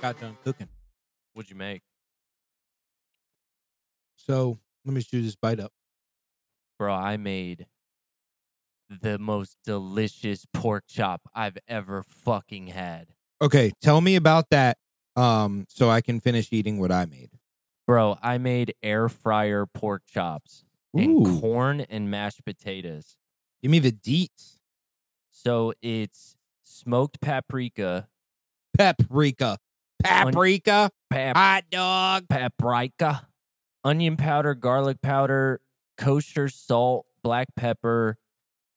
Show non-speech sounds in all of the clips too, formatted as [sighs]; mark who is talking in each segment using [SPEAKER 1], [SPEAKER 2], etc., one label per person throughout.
[SPEAKER 1] got done cooking.
[SPEAKER 2] What'd you make,
[SPEAKER 1] So let me chew this bite up.
[SPEAKER 2] bro? I made the most delicious pork chop I've ever fucking had,
[SPEAKER 1] Okay, tell me about that. Um, so I can finish eating what I made.
[SPEAKER 2] bro. I made air fryer pork chops and corn and mashed potatoes.
[SPEAKER 1] give me the deets.
[SPEAKER 2] So it's smoked paprika,
[SPEAKER 1] Paprika, paprika,
[SPEAKER 2] pap-
[SPEAKER 1] hot dog.
[SPEAKER 2] paprika, onion powder, garlic powder, kosher salt, black pepper,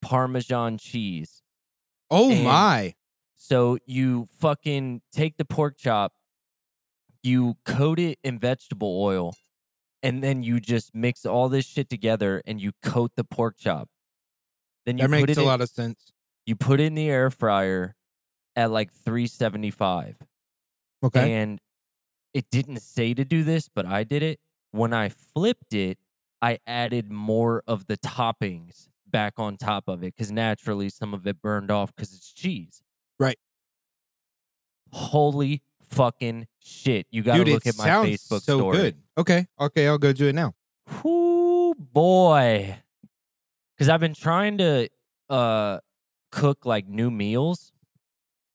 [SPEAKER 2] parmesan cheese.
[SPEAKER 1] Oh
[SPEAKER 2] And-
[SPEAKER 1] my!
[SPEAKER 2] So you fucking take the pork chop, you coat it in vegetable oil, and then you just mix all this shit together and you coat the pork chop. Then you
[SPEAKER 1] That
[SPEAKER 2] put
[SPEAKER 1] makes
[SPEAKER 2] it
[SPEAKER 1] a
[SPEAKER 2] in,
[SPEAKER 1] lot of sense.
[SPEAKER 2] you put it in the air fryer at like 375.
[SPEAKER 1] Okay,
[SPEAKER 2] And it didn't say to do this, but I did it. When I flipped it, I added more of the toppings back on top of it because naturally some of it burned off because it's cheese.
[SPEAKER 1] Right.
[SPEAKER 2] Holy fucking shit. You got to
[SPEAKER 1] dude,
[SPEAKER 2] look
[SPEAKER 1] it
[SPEAKER 2] at my
[SPEAKER 1] sounds
[SPEAKER 2] Facebook
[SPEAKER 1] so
[SPEAKER 2] story.
[SPEAKER 1] good. Okay, okay, I'll go do it now.
[SPEAKER 2] Whoo boy. Cause I've been trying to uh cook like new meals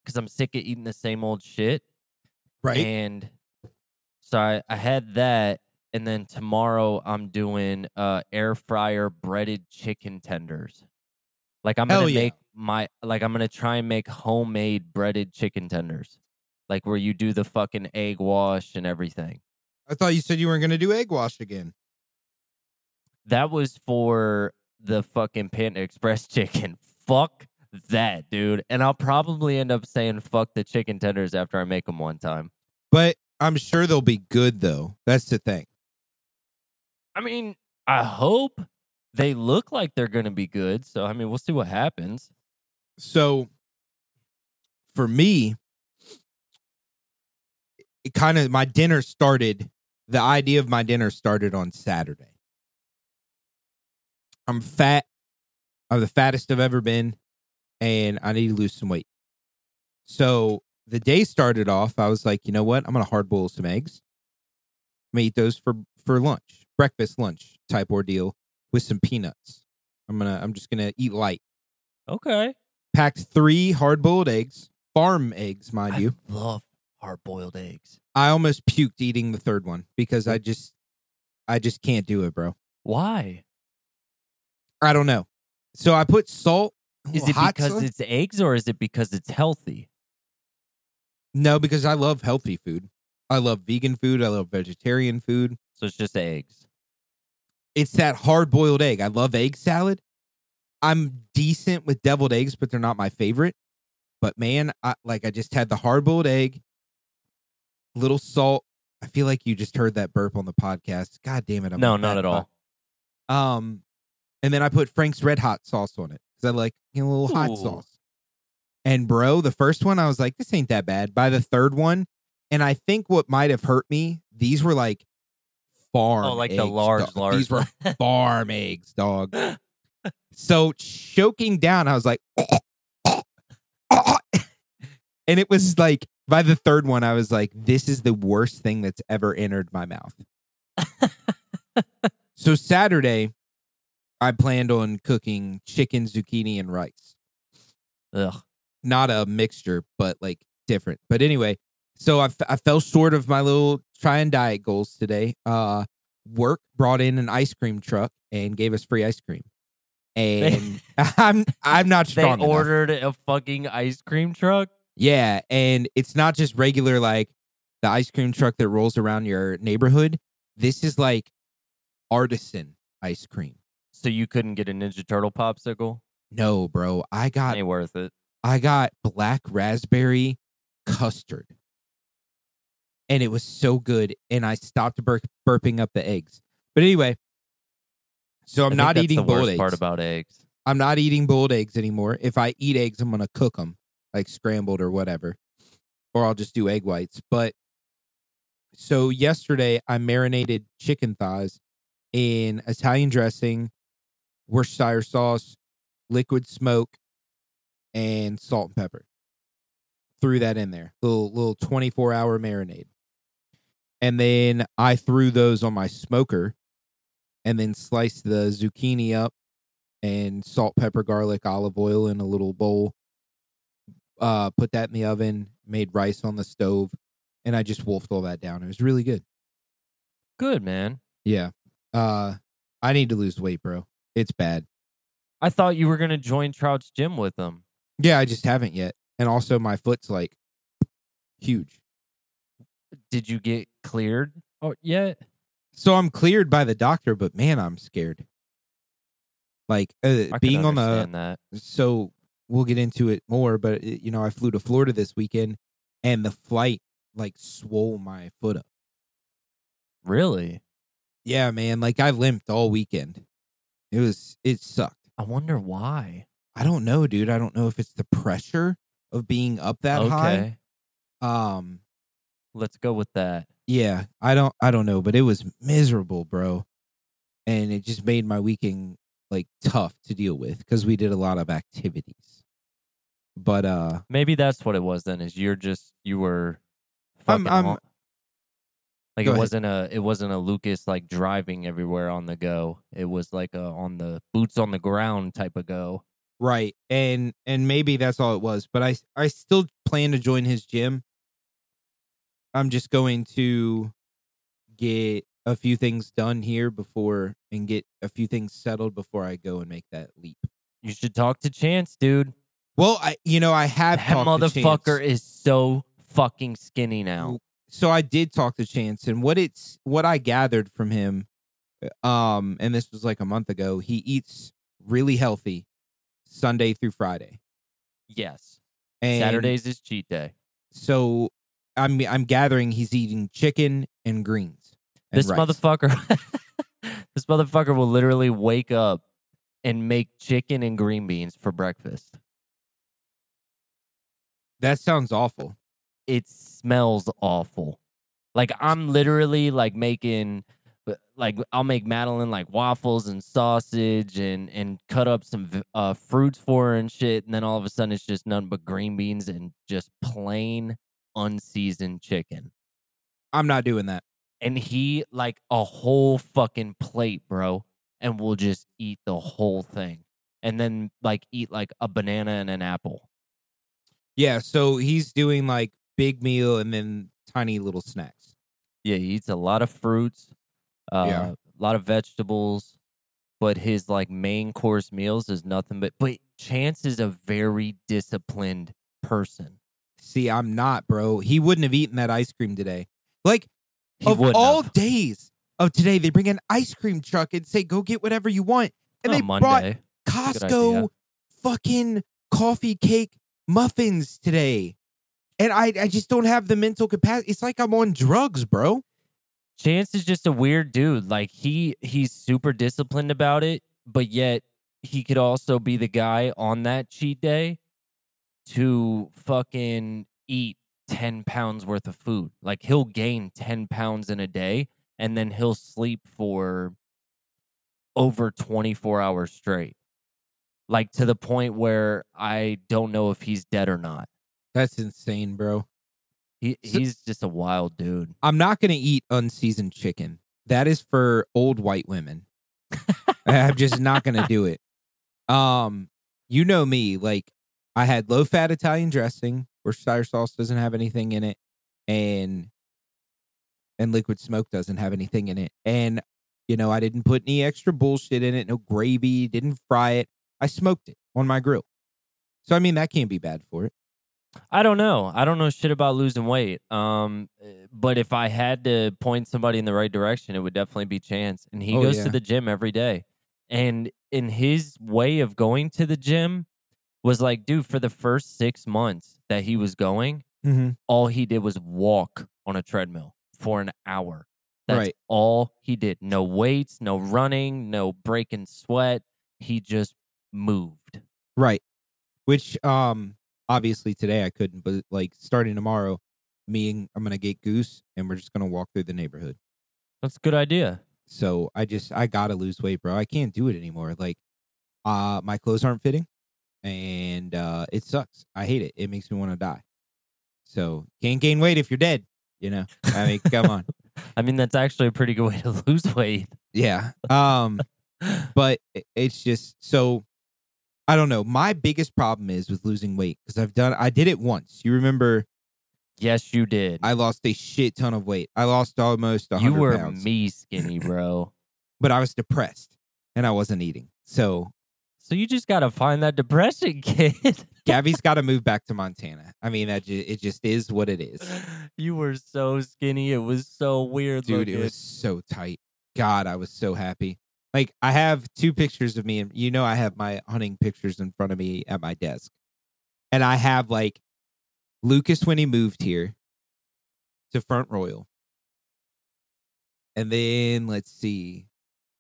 [SPEAKER 2] because I'm sick of eating the same old shit.
[SPEAKER 1] Right?
[SPEAKER 2] And so I, I had that. And then tomorrow I'm doing uh, air fryer breaded chicken tenders. Like I'm
[SPEAKER 1] Hell
[SPEAKER 2] gonna
[SPEAKER 1] yeah.
[SPEAKER 2] make my like I'm gonna try and make homemade breaded chicken tenders. Like where you do the fucking egg wash and everything.
[SPEAKER 1] I thought you said you weren't gonna do egg wash again.
[SPEAKER 2] That was for the fucking Panda Express [laughs] chicken. Fuck that, dude. And I'll probably end up saying fuck the chicken tenders after I make them one time.
[SPEAKER 1] But I'm sure they'll be good though. That's the thing.
[SPEAKER 2] I mean, I hope they look like they're going to be good. So, I mean, we'll see what happens.
[SPEAKER 1] So for me, it kind of my dinner started. The idea of my dinner started on Saturday. I'm fat. I'm the fattest I've ever been, and I need to lose some weight. So the day started off. I was like, you know what? I'm gonna hard boil some eggs. I'm gonna eat those for for lunch, breakfast lunch type ordeal with some peanuts. I'm gonna I'm just gonna eat light
[SPEAKER 2] Okay.
[SPEAKER 1] packed three hard boiled eggs, farm eggs, mind
[SPEAKER 2] I
[SPEAKER 1] you.
[SPEAKER 2] love hard boiled eggs.
[SPEAKER 1] I almost puked eating the third one because I just, I just can't do it, bro.
[SPEAKER 2] Why?
[SPEAKER 1] I don't know. So I put salt.
[SPEAKER 2] Is it
[SPEAKER 1] hot
[SPEAKER 2] because
[SPEAKER 1] sauce-
[SPEAKER 2] it's eggs or is it because it's healthy?
[SPEAKER 1] no? Because I love healthy food. I love vegan food. I love vegetarian food.
[SPEAKER 2] So, it's just eggs.
[SPEAKER 1] It's that hard boiled egg. I love egg salad. I'm decent with deviled eggs, but they're not my favorite. But man, I, like I just had the hard boiled egg, little salt. I feel like you just heard that burp on the podcast. God damn it! I'm
[SPEAKER 2] no,
[SPEAKER 1] a
[SPEAKER 2] not
[SPEAKER 1] bad
[SPEAKER 2] at all.
[SPEAKER 1] Um, and then I put Frank's Red Hot sauce on it because I like you know, a little
[SPEAKER 2] Ooh.
[SPEAKER 1] hot sauce. And bro, the first one I was like, this ain't that bad. By the third one, and I think what might have hurt me, these were like farm.
[SPEAKER 2] Oh, like
[SPEAKER 1] eggs,
[SPEAKER 2] the large, [laughs]
[SPEAKER 1] dog.
[SPEAKER 2] large.
[SPEAKER 1] These were farm eggs, dog.
[SPEAKER 2] [laughs]
[SPEAKER 1] So choking down, I was like, [laughs] and it was like by the third one, I was like, this is the worst thing that's ever entered my
[SPEAKER 2] [laughs]
[SPEAKER 1] mouth. so Saturday, I planned on cooking chicken, zucchini, and rice.
[SPEAKER 2] Ugh.
[SPEAKER 1] Not a mixture, but like different. But anyway, so I, f- I fell short of my little try and diet goals today. Uh, work brought in an ice cream truck and gave us free ice cream. And [laughs] I'm I'm not
[SPEAKER 2] They
[SPEAKER 1] strong enough.
[SPEAKER 2] ordered a fucking ice cream truck.
[SPEAKER 1] Yeah, and it's not just regular like the ice cream truck that rolls around your neighborhood. This is like artisan ice cream.
[SPEAKER 2] So, you couldn't get a Ninja Turtle popsicle?
[SPEAKER 1] No, bro. I got
[SPEAKER 2] Ain't worth it.
[SPEAKER 1] I got black raspberry custard. And it was so good and I stopped bur- burping up the eggs. But anyway, so I'm
[SPEAKER 2] I think
[SPEAKER 1] not
[SPEAKER 2] that's
[SPEAKER 1] eating
[SPEAKER 2] the
[SPEAKER 1] boiled
[SPEAKER 2] worst
[SPEAKER 1] eggs.
[SPEAKER 2] part about eggs.
[SPEAKER 1] I'm not eating boiled eggs anymore. If I eat eggs, I'm gonna cook them like scrambled or whatever, or I'll just do egg whites. But so yesterday, I marinated chicken thighs in Italian dressing, Worcestershire sauce, liquid smoke, and salt and pepper. threw that in there. Little little 24 hour marinade. And then I threw those on my smoker and then sliced the zucchini up and salt, pepper, garlic, olive oil in a little bowl. Uh, put that in the oven, made rice on the stove, and I just wolfed all that down. It was really good.
[SPEAKER 2] Good, man.
[SPEAKER 1] Yeah. Uh, I need to lose weight, bro. It's bad.
[SPEAKER 2] I thought you were going to join Trout's gym with him.
[SPEAKER 1] Yeah, I just haven't yet. And also, my foot's like huge.
[SPEAKER 2] Did you get cleared oh, yet?
[SPEAKER 1] So I'm cleared by the doctor, but man, I'm scared. Like uh,
[SPEAKER 2] I
[SPEAKER 1] being
[SPEAKER 2] can
[SPEAKER 1] on the
[SPEAKER 2] understand that.
[SPEAKER 1] so we'll get into it more but it- you know i flew to florida this weekend and the flight like swole my foot up
[SPEAKER 2] Really?
[SPEAKER 1] yeah man like i limped all weekend it was it sucked
[SPEAKER 2] I wonder why.
[SPEAKER 1] i don't know dude i don't know if it's the pressure of being up that
[SPEAKER 2] okay.
[SPEAKER 1] high um
[SPEAKER 2] Let's go with that.
[SPEAKER 1] yeah i don't i don't know but it was miserable bro and it just made my weekend like tough to deal with because we did a lot of activities but uh
[SPEAKER 2] Maybe that's what it was then is you're just you were
[SPEAKER 1] I'm-
[SPEAKER 2] fucking
[SPEAKER 1] I'm-
[SPEAKER 2] hon- like
[SPEAKER 1] Go
[SPEAKER 2] it
[SPEAKER 1] ahead.
[SPEAKER 2] wasn't a it wasn't a Lucas like driving everywhere on the go. It was like a on the boots on the ground type of go.
[SPEAKER 1] Right. And and maybe that's all it was, but I I still plan to join his gym. I'm just going to get a few things done here before and get a few things settled before I go and make that leap.
[SPEAKER 2] You should talk to Chance, dude.
[SPEAKER 1] Well, I you know, I have
[SPEAKER 2] that
[SPEAKER 1] talked to Chance.
[SPEAKER 2] motherfucker is so fucking skinny now.
[SPEAKER 1] So I did talk to Chance and what it's what I gathered from him um and this was like a month ago, he eats really healthy Sunday through Friday.
[SPEAKER 2] Yes.
[SPEAKER 1] And
[SPEAKER 2] Saturdays is cheat day.
[SPEAKER 1] so I'm I'm gathering he's eating chicken and greens. and
[SPEAKER 2] This
[SPEAKER 1] rice.
[SPEAKER 2] motherfucker [laughs] This motherfucker will literally wake up and make chicken and green beans for breakfast.
[SPEAKER 1] That sounds awful.
[SPEAKER 2] it smells awful. Like I'm literally like making uh, like I'll make Madeline like waffles and sausage and and cut up some v- uh fruits for her and shit and then all of a sudden it's just nothing but green beans and just plain unseasoned chicken.
[SPEAKER 1] I'm not doing that.
[SPEAKER 2] And he like a whole fucking plate, bro, and will just eat the whole thing. And then like eat like a banana and an apple.
[SPEAKER 1] Yeah, so he's doing like big meal and then tiny little snacks.
[SPEAKER 2] Yeah, he eats a lot of fruits, uh,
[SPEAKER 1] Yeah.
[SPEAKER 2] a lot of vegetables, but his like main course meals is nothing but. But Chance is a very disciplined person.
[SPEAKER 1] See, I'm not, bro. He wouldn't have eaten that ice cream today. Like
[SPEAKER 2] He
[SPEAKER 1] of
[SPEAKER 2] wouldn't
[SPEAKER 1] all
[SPEAKER 2] have.
[SPEAKER 1] days of today, they bring an ice cream truck and say, "Go get whatever you want," and
[SPEAKER 2] On
[SPEAKER 1] they brought
[SPEAKER 2] Monday. idea.
[SPEAKER 1] Costco fucking coffee cake muffins today. And I, I just don't have the mental capacity. It's like I'm on drugs, bro.
[SPEAKER 2] Chance is just a weird dude. Like he he's super disciplined about it, but yet he could also be the guy on that cheat day to fucking eat 10 pounds worth of food. Like he'll gain 10 pounds in a day and then he'll sleep for over 24 hours straight. Like to the point where I don't know if he's dead or not.
[SPEAKER 1] That's insane, bro.
[SPEAKER 2] He,
[SPEAKER 1] So-
[SPEAKER 2] he's just a wild dude.
[SPEAKER 1] I'm not going to eat unseasoned chicken. That is for old white women. [laughs] I'm just not going to do it. Um, you know me, like I had low fat Italian dressing. Worcestershire sauce doesn't have anything in it and and liquid smoke doesn't have anything in it. And you know, I didn't put any extra bullshit in it, no gravy, didn't fry it. I smoked it on my grill. So I mean, that can't be bad for it.
[SPEAKER 2] I don't know. I don't know shit about losing weight. Um, uh, but if I had to point somebody in the right direction, it would definitely be Chance. And he
[SPEAKER 1] Oh,
[SPEAKER 2] goes
[SPEAKER 1] yeah.
[SPEAKER 2] to the gym every day. And in his way of going to the gym was like, dude, for the first six months that he was going,
[SPEAKER 1] Mm-hmm.
[SPEAKER 2] all he did was walk on a treadmill for an hour. That's
[SPEAKER 1] Right.
[SPEAKER 2] all he did. No weights, no running, no breaking sweat. He just moved.
[SPEAKER 1] Right. Which um obviously today I couldn't, but like starting tomorrow, me and I'm gonna get goose and we're just gonna walk through the neighborhood.
[SPEAKER 2] That's a good idea.
[SPEAKER 1] So I just I gotta lose weight, bro. I can't do it anymore. Like uh my clothes aren't fitting and uh it sucks. I hate it. It makes me want to die. So can't gain weight if you're dead. You know, I mean, come on.
[SPEAKER 2] I mean, that's actually a pretty good way to [laughs] lose weight.
[SPEAKER 1] Yeah. Um, but it- it's just so I don't know. My biggest problem is with losing weight because I've done I did it once. You remember
[SPEAKER 2] yes, you did.
[SPEAKER 1] I lost a shit ton of weight. I lost almost
[SPEAKER 2] you
[SPEAKER 1] 100
[SPEAKER 2] were
[SPEAKER 1] pounds,
[SPEAKER 2] me skinny, bro.
[SPEAKER 1] but I was depressed and I wasn't eating. So
[SPEAKER 2] so you just gotta find that depression, [laughs] kid. [laughs]
[SPEAKER 1] Gabby's got to move back to Montana. I mean, that ju- it just is what it is.
[SPEAKER 2] you were so skinny. It was so weird,
[SPEAKER 1] dude it
[SPEAKER 2] looking.
[SPEAKER 1] was so tight god i was so happy like i have two pictures of me and you know i have my hunting pictures in front of me at my desk and i have like lucas when he moved here to front royal and then let's see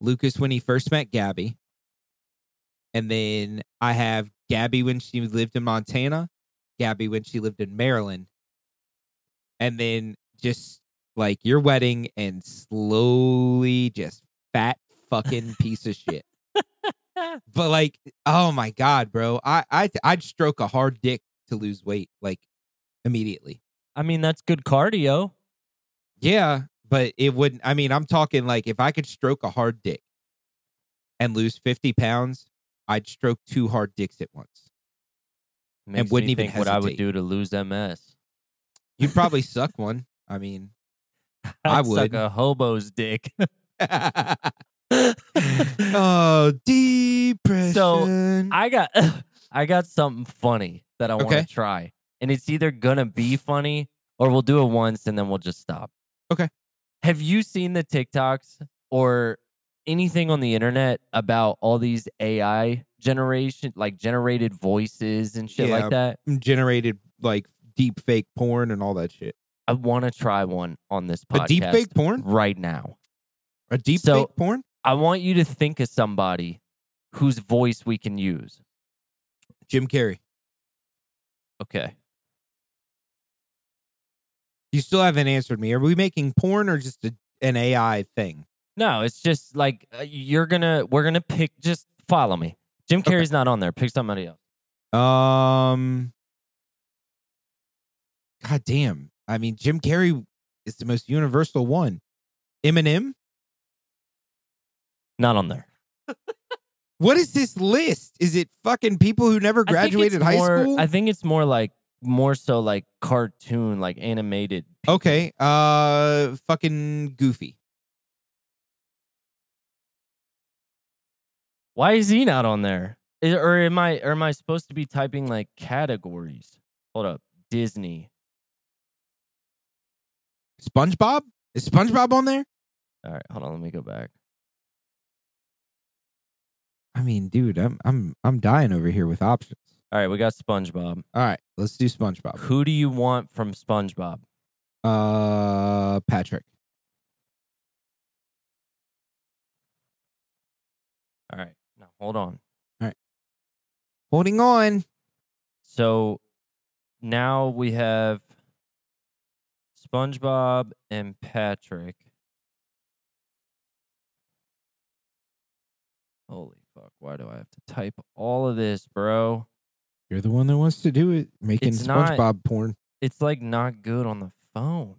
[SPEAKER 1] lucas when he first met gabby and then i have gabby when she lived in montana gabby when she lived in maryland and then just like your wedding and slowly just fat fucking piece of shit. But like, oh my god, bro, I I I'd stroke a hard dick to lose weight like immediately.
[SPEAKER 2] I mean, that's good cardio.
[SPEAKER 1] Yeah, but it wouldn't. I mean, I'm talking like if I could stroke a hard dick and lose 50 pounds, I'd stroke two hard dicks at once.
[SPEAKER 2] Makes
[SPEAKER 1] wouldn't
[SPEAKER 2] me
[SPEAKER 1] even
[SPEAKER 2] think what I would
[SPEAKER 1] hesitate.
[SPEAKER 2] do to lose MS.
[SPEAKER 1] You'd probably suck one. I mean, [laughs] I
[SPEAKER 2] I'd [laughs] suck
[SPEAKER 1] would.
[SPEAKER 2] a hobo's
[SPEAKER 1] [laughs]
[SPEAKER 2] dick.
[SPEAKER 1] oh, depression.
[SPEAKER 2] I got [laughs] I got something funny that I want to
[SPEAKER 1] Okay.
[SPEAKER 2] try. And it's either gonna be funny or we'll do it once and then we'll just stop.
[SPEAKER 1] Okay.
[SPEAKER 2] Have you seen the TikToks or anything on the internet about all these AI generation like generated voices and shit
[SPEAKER 1] Yeah.
[SPEAKER 2] like that?
[SPEAKER 1] generated like deep fake porn and all that shit.
[SPEAKER 2] I want to try one on this
[SPEAKER 1] A
[SPEAKER 2] podcast
[SPEAKER 1] deep fake porn?
[SPEAKER 2] right now.
[SPEAKER 1] A deep
[SPEAKER 2] So-
[SPEAKER 1] fake porn?
[SPEAKER 2] I want you to think of somebody whose voice we can use.
[SPEAKER 1] Jim Carrey.
[SPEAKER 2] Okay.
[SPEAKER 1] You still haven't answered me. Are we making porn or just a, an AI thing?
[SPEAKER 2] No, it's just like uh, you're gonna we're gonna pick. Just follow me. Jim
[SPEAKER 1] Okay.
[SPEAKER 2] Carrey's not on there. Pick somebody else.
[SPEAKER 1] Um God damn. I mean Jim Carrey is the most universal one. Eminem?
[SPEAKER 2] Not on there.
[SPEAKER 1] What is this list? Is it fucking people who never
[SPEAKER 2] I think it's
[SPEAKER 1] graduated high
[SPEAKER 2] more-
[SPEAKER 1] school?
[SPEAKER 2] I think it's more like more so like cartoon, like animated. people.
[SPEAKER 1] okay. Uh fucking goofy.
[SPEAKER 2] Why is he not on there? I- or am I or am I supposed to be typing like categories? Hold up, Disney.
[SPEAKER 1] SpongeBob? Is SpongeBob on there?
[SPEAKER 2] All right, hold on. Let me go back.
[SPEAKER 1] I mean, dude, I'm I'm I'm dying over here with options.
[SPEAKER 2] All right, we got SpongeBob.
[SPEAKER 1] All right, let's do SpongeBob.
[SPEAKER 2] Who do you want from SpongeBob?
[SPEAKER 1] Uh, Patrick.
[SPEAKER 2] All right, no, hold on.
[SPEAKER 1] Holding on.
[SPEAKER 2] So now we have SpongeBob and Patrick. Holy fuck, why do I have to type all of this, bro?
[SPEAKER 1] You're the one that wants to do it, making
[SPEAKER 2] It's not-
[SPEAKER 1] SpongeBob porn.
[SPEAKER 2] It's like not good on the phone.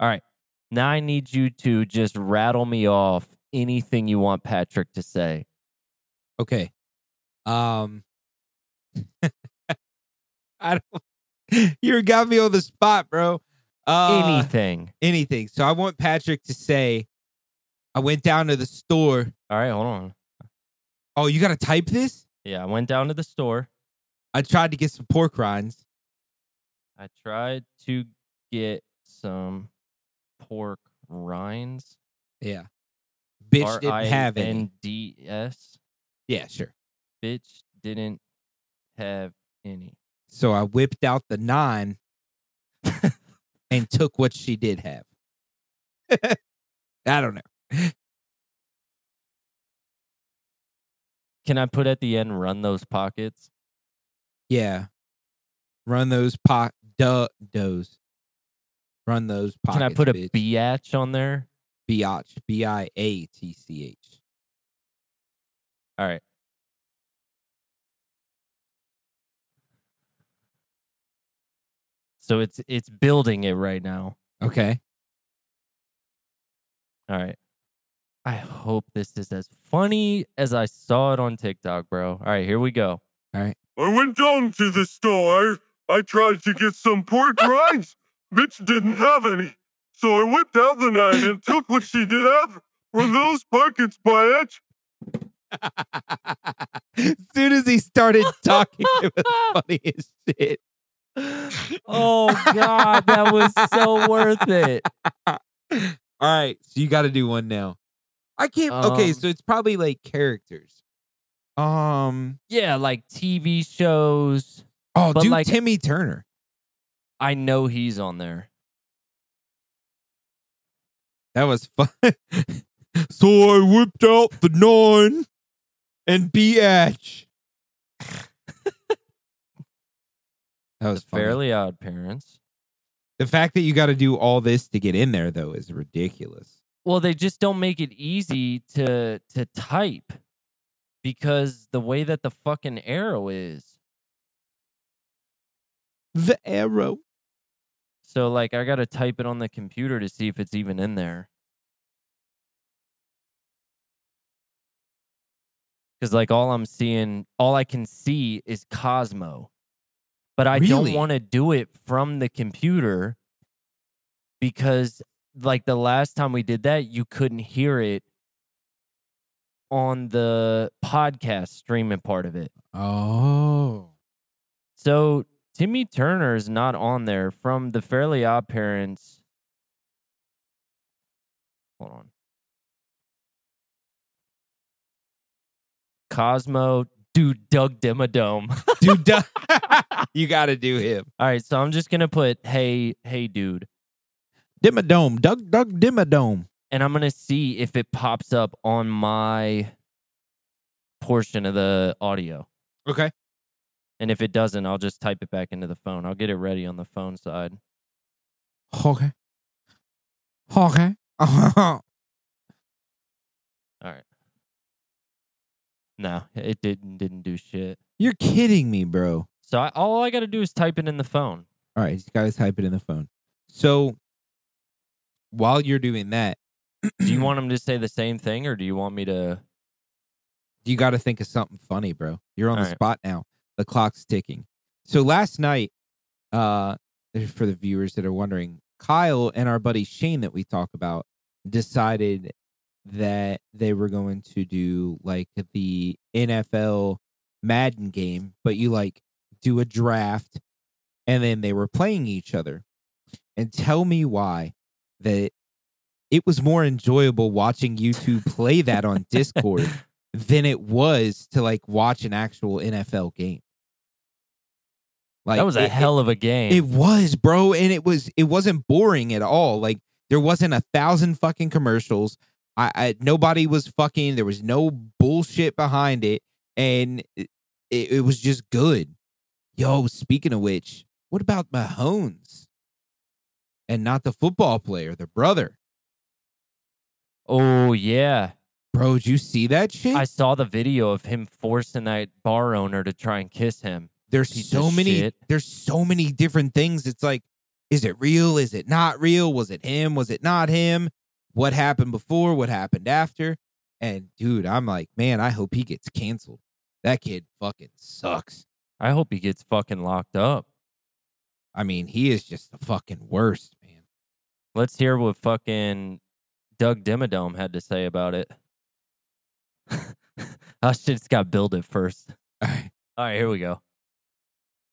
[SPEAKER 2] All right. Now I need you to just rattle me off anything you want Patrick to say.
[SPEAKER 1] Okay. Um, [laughs] I don't. [laughs] You got me on the spot, bro. Uh,
[SPEAKER 2] anything.
[SPEAKER 1] anything. So I want Patrick to say, "I went down to the store."
[SPEAKER 2] All right, hold on.
[SPEAKER 1] Oh, you got to type this.
[SPEAKER 2] Yeah, I went down to the store.
[SPEAKER 1] I tried to get some pork rinds.
[SPEAKER 2] I tried to get some pork rinds.
[SPEAKER 1] Yeah. Bitch
[SPEAKER 2] R I
[SPEAKER 1] didn't have any.
[SPEAKER 2] N D S.
[SPEAKER 1] Yeah, sure.
[SPEAKER 2] Bitch didn't have any.
[SPEAKER 1] So I whipped out the nine and took what she did have. I don't know.
[SPEAKER 2] Can I put at the end? Run those pockets.
[SPEAKER 1] Yeah. Run those pot duh those. Run those pockets.
[SPEAKER 2] Can I put a
[SPEAKER 1] bitch.
[SPEAKER 2] biatch on there?
[SPEAKER 1] biatch? B I A T C H.
[SPEAKER 2] All right. So it's it's building it right now.
[SPEAKER 1] Okay.
[SPEAKER 2] All right. I hope this is as funny as I saw it on TikTok, bro. All right, here we go.
[SPEAKER 3] I went down to the store. I tried to get some pork rinds. Bitch didn't have any. So I whipped out the knife and took what she did have. Were those pockets, bitch?
[SPEAKER 1] as [laughs] soon as he started talking, it [laughs] was funny as shit.
[SPEAKER 2] Oh god, that was
[SPEAKER 1] [laughs]
[SPEAKER 2] so worth it.
[SPEAKER 1] All right, so you got to do one now. I can't. okay,
[SPEAKER 2] Um,
[SPEAKER 1] so it's probably like characters. Um.
[SPEAKER 2] Yeah, like TV shows.
[SPEAKER 1] Oh,
[SPEAKER 2] But
[SPEAKER 1] do
[SPEAKER 2] like-
[SPEAKER 1] Timmy Turner.
[SPEAKER 2] I know he's on there.
[SPEAKER 1] That was fun. [laughs] so I whipped out the nine and [laughs] BH. that was funny.
[SPEAKER 2] Fairly Odd Parents.
[SPEAKER 1] The fact that you got to do all this to get in there though is ridiculous.
[SPEAKER 2] Well, they just don't make it easy to to type because the way that the fucking arrow is.
[SPEAKER 1] The arrow.
[SPEAKER 2] So like I gotta type it on the computer to see if it's even in there. Cause like all I'm seeing, all I can see is Cosmo. But I don't
[SPEAKER 1] Really?
[SPEAKER 2] want to do it from the computer because like the last time we did that, you couldn't hear it on the podcast streaming part of it.
[SPEAKER 1] Oh.
[SPEAKER 2] So Timmy Turner is not on there from the Fairly Odd Parents. Hold on. Cosmo, dude, Doug Dimmadome.
[SPEAKER 1] Dude, duh. [laughs] you got to do him.
[SPEAKER 2] [laughs] All right, so I'm just gonna put hey, hey, dude,
[SPEAKER 1] Dimmadome. Doug Doug Dimmadome.
[SPEAKER 2] and I'm gonna see if it pops up on my portion of the audio.
[SPEAKER 1] Okay.
[SPEAKER 2] And if it doesn't, I'll just type it back into the phone. I'll get it ready on the phone side.
[SPEAKER 1] Okay. [laughs] Okay. All
[SPEAKER 2] All right. No, it didn't didn't do shit.
[SPEAKER 1] You're kidding me, bro.
[SPEAKER 2] So I, all I got to do is type it in the phone.
[SPEAKER 1] All right, just gotta type it in the phone. So while you're doing that,
[SPEAKER 2] Do [clears throat] you want
[SPEAKER 1] [clears throat]
[SPEAKER 2] them to say the same thing, or do you want me to?
[SPEAKER 1] you got to think of something funny, bro. You're on the
[SPEAKER 2] All right.
[SPEAKER 1] spot now. The clock's ticking. So last night, uh, for the viewers that are wondering, Kyle and our buddy Shane that we talk about decided that they were going to do like the NFL Madden game, but you like do a draft and then they were playing each other. And tell me why that it was more enjoyable watching you two play
[SPEAKER 2] [laughs]
[SPEAKER 1] that on Discord than it was to like watch an actual NFL game. Like
[SPEAKER 2] that was a
[SPEAKER 1] it-
[SPEAKER 2] hell of a game.
[SPEAKER 1] It, it was, bro, and it was it wasn't boring at all. Like there wasn't a thousand fucking commercials. I, I nobody was fucking. There was no bullshit behind it, and it, it, it was just good. Yo, speaking of which, what about Mahomes? And not the football player, the brother,
[SPEAKER 2] oh yeah,
[SPEAKER 1] bro. Did you see that shit?
[SPEAKER 2] I saw the video of him forcing that bar owner to try and kiss him.
[SPEAKER 1] there's
[SPEAKER 2] piece
[SPEAKER 1] so
[SPEAKER 2] of
[SPEAKER 1] many
[SPEAKER 2] shit.
[SPEAKER 1] there's so many different things it's like is it real is it not real was it him was it not him what happened before what happened after and dude i'm like man i hope he gets canceled that kid fucking sucks
[SPEAKER 2] I hope he gets fucking locked up.
[SPEAKER 1] i mean he is just the fucking worst man
[SPEAKER 2] Let's hear what fucking Doug Dimmadome had to say about it. [laughs] I should just got billed at first. All right, here we go. [laughs]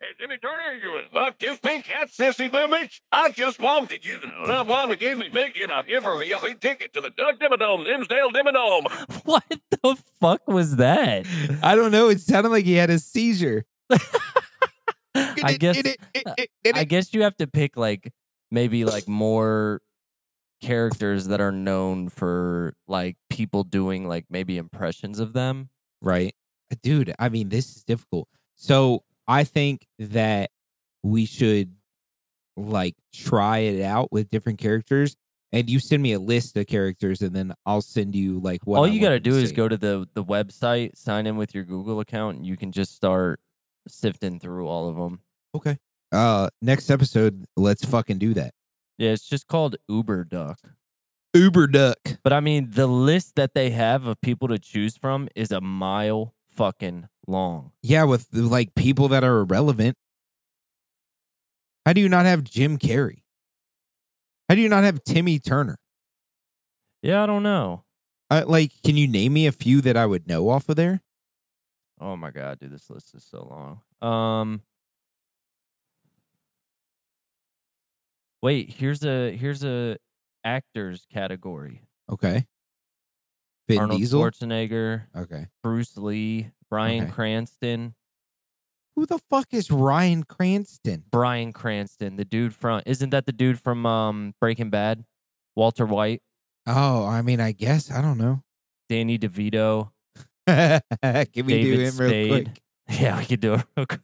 [SPEAKER 3] Hey, Jimmy Turner, you love two pink hat sissy bitch. I just wanted you to love one who gave me big and I give her a yellow ticket to the Doug Dimmadome, Dimsdale Dimmadome.
[SPEAKER 2] What the fuck was that?
[SPEAKER 1] [laughs] i don't know it sounded like he had a seizure
[SPEAKER 2] I [laughs] guess I guess you have to pick like maybe like more characters that are known for like people doing like maybe impressions of them.
[SPEAKER 1] right? Dude, I mean, this is difficult. So I think that we should like try it out with different characters. And you send me a list of characters, and then I'll send you like what.
[SPEAKER 2] All
[SPEAKER 1] I
[SPEAKER 2] you
[SPEAKER 1] want
[SPEAKER 2] got to
[SPEAKER 1] them
[SPEAKER 2] do is
[SPEAKER 1] say.
[SPEAKER 2] go to the the website, sign in with your Google account, and you can just start sifting through all of them.
[SPEAKER 1] Okay. Uh, next episode, let's fucking do that.
[SPEAKER 2] Yeah, it's just called Uber Duck.
[SPEAKER 1] Uber duck.
[SPEAKER 2] But I mean, the list that they have of people to choose from is a mile fucking long.
[SPEAKER 1] Yeah, with like people that are irrelevant. How do you not have Jim Carrey? How do you not have Timmy Turner?
[SPEAKER 2] Yeah, I don't know.
[SPEAKER 1] Uh, like, can you name me a few that I would know off of there?
[SPEAKER 2] Oh my god, dude, this list is so long. Um Wait, here's a here's a actors category.
[SPEAKER 1] Okay. Vin
[SPEAKER 2] Arnold
[SPEAKER 1] Diesel.
[SPEAKER 2] Schwarzenegger,
[SPEAKER 1] okay.
[SPEAKER 2] Bruce Lee, Brian
[SPEAKER 1] Okay.
[SPEAKER 2] Cranston,
[SPEAKER 1] Who the fuck is Ryan Cranston?
[SPEAKER 2] Brian Cranston, the dude from isn't that the dude from um Breaking Bad? Walter White,
[SPEAKER 1] Oh, I mean, I guess I don't know. [laughs]
[SPEAKER 2] Danny DeVito.
[SPEAKER 1] can we do
[SPEAKER 2] David
[SPEAKER 1] him real
[SPEAKER 2] Spade.
[SPEAKER 1] quick?
[SPEAKER 2] [laughs] Yeah, we could do it real quick.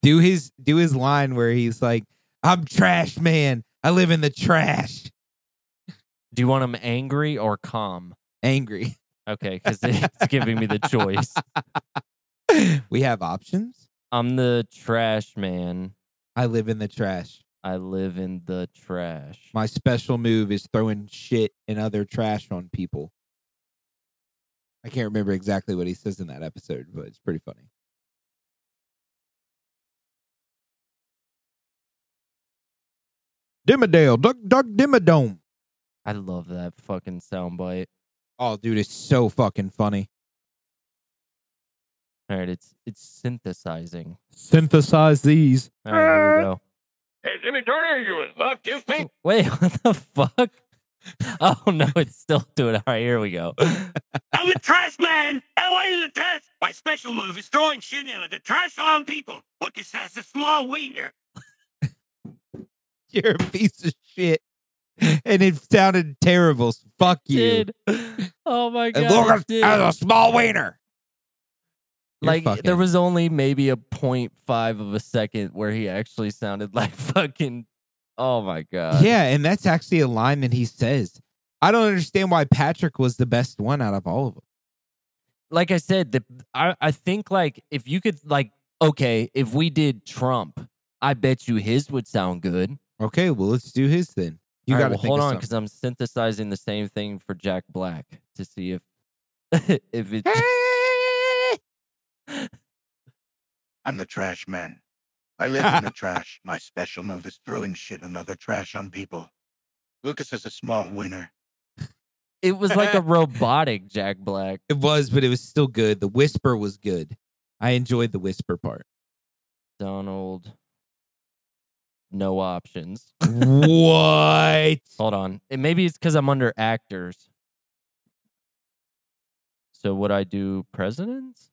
[SPEAKER 1] Do his do his line where he's like, "I'm trash man. I live in the trash."
[SPEAKER 2] Do you want him angry or calm?
[SPEAKER 1] Angry. [laughs]
[SPEAKER 2] Okay, because it's giving me the choice.
[SPEAKER 1] we have options.
[SPEAKER 2] I'm the trash man.
[SPEAKER 1] I live in the trash.
[SPEAKER 2] I live in the trash.
[SPEAKER 1] My special move is throwing shit and other trash on people. I can't remember exactly what he says in that episode, but it's pretty funny. Dimmadale, Duck Duck Dimmadome.
[SPEAKER 2] I love that fucking soundbite.
[SPEAKER 1] Oh, dude, it's so fucking funny.
[SPEAKER 2] All right, it's it's synthesizing.
[SPEAKER 1] Synthesize these. [laughs]
[SPEAKER 2] All right, here
[SPEAKER 3] Hey, Jimmy Turner, you love give
[SPEAKER 2] we go. Wait, [laughs] what the fuck? [laughs] Oh no, it's still doing. All right, here we go.
[SPEAKER 3] [laughs]
[SPEAKER 2] [laughs]
[SPEAKER 3] I'm the trash man. I want you to trash. My special move is throwing shit in the trash on people. Look, it has a small wiener.
[SPEAKER 1] You're a piece of shit. And it sounded terrible. so Fuck you.
[SPEAKER 2] Dude. Oh my
[SPEAKER 1] And
[SPEAKER 2] god.
[SPEAKER 1] look
[SPEAKER 2] it did.
[SPEAKER 1] at a small wiener. You're
[SPEAKER 2] like
[SPEAKER 1] fucking-
[SPEAKER 2] there was only maybe a 0.5 of a second where he actually sounded [laughs] like fucking oh my god
[SPEAKER 1] Yeah, and that's actually a line that he says. I don't understand why Patrick was the best one out of all of them.
[SPEAKER 2] like i said the, I, I think like if you could like okay if we did trump i bet you his would sound good
[SPEAKER 1] Okay, well let's do his then. You
[SPEAKER 2] All right,
[SPEAKER 1] got to
[SPEAKER 2] well,
[SPEAKER 1] think
[SPEAKER 2] hold
[SPEAKER 1] of
[SPEAKER 2] on
[SPEAKER 1] something.
[SPEAKER 2] because i'm synthesizing the same thing for jack black to see if [laughs] if it
[SPEAKER 4] I'm the trash man.
[SPEAKER 1] [laughs]
[SPEAKER 4] I live in the trash. My special move is throwing shit and other trash on people. Lucas is a small winner.
[SPEAKER 2] [laughs] it was
[SPEAKER 1] [laughs]
[SPEAKER 2] like a robotic jack black
[SPEAKER 1] It was, but it was still good. The whisper was good. I enjoyed the whisper part.
[SPEAKER 2] donald no options
[SPEAKER 1] [laughs] what?
[SPEAKER 2] Hold on. It, maybe it's because I'm under actors. So would I do presidents?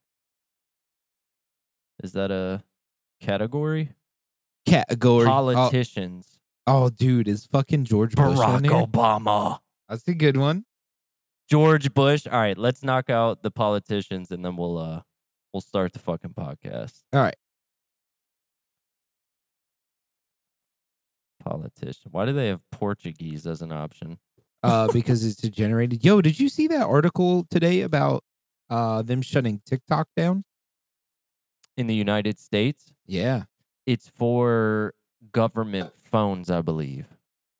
[SPEAKER 2] Is that a category?
[SPEAKER 1] Category. Oh,
[SPEAKER 2] Politicians.
[SPEAKER 1] oh, dude, is fucking George Bush on there?
[SPEAKER 2] Obama.
[SPEAKER 1] That's a good one.
[SPEAKER 2] George Bush. All right, let's knock out the politicians and then we'll uh we'll start the fucking podcast.
[SPEAKER 1] All right.
[SPEAKER 2] Politician. Why do they have Portuguese as an option?
[SPEAKER 1] Uh, because it's degenerated. Yo, did you see that article today about uh them shutting TikTok down?
[SPEAKER 2] In the United States,
[SPEAKER 1] Yeah.
[SPEAKER 2] it's for government phones, I believe.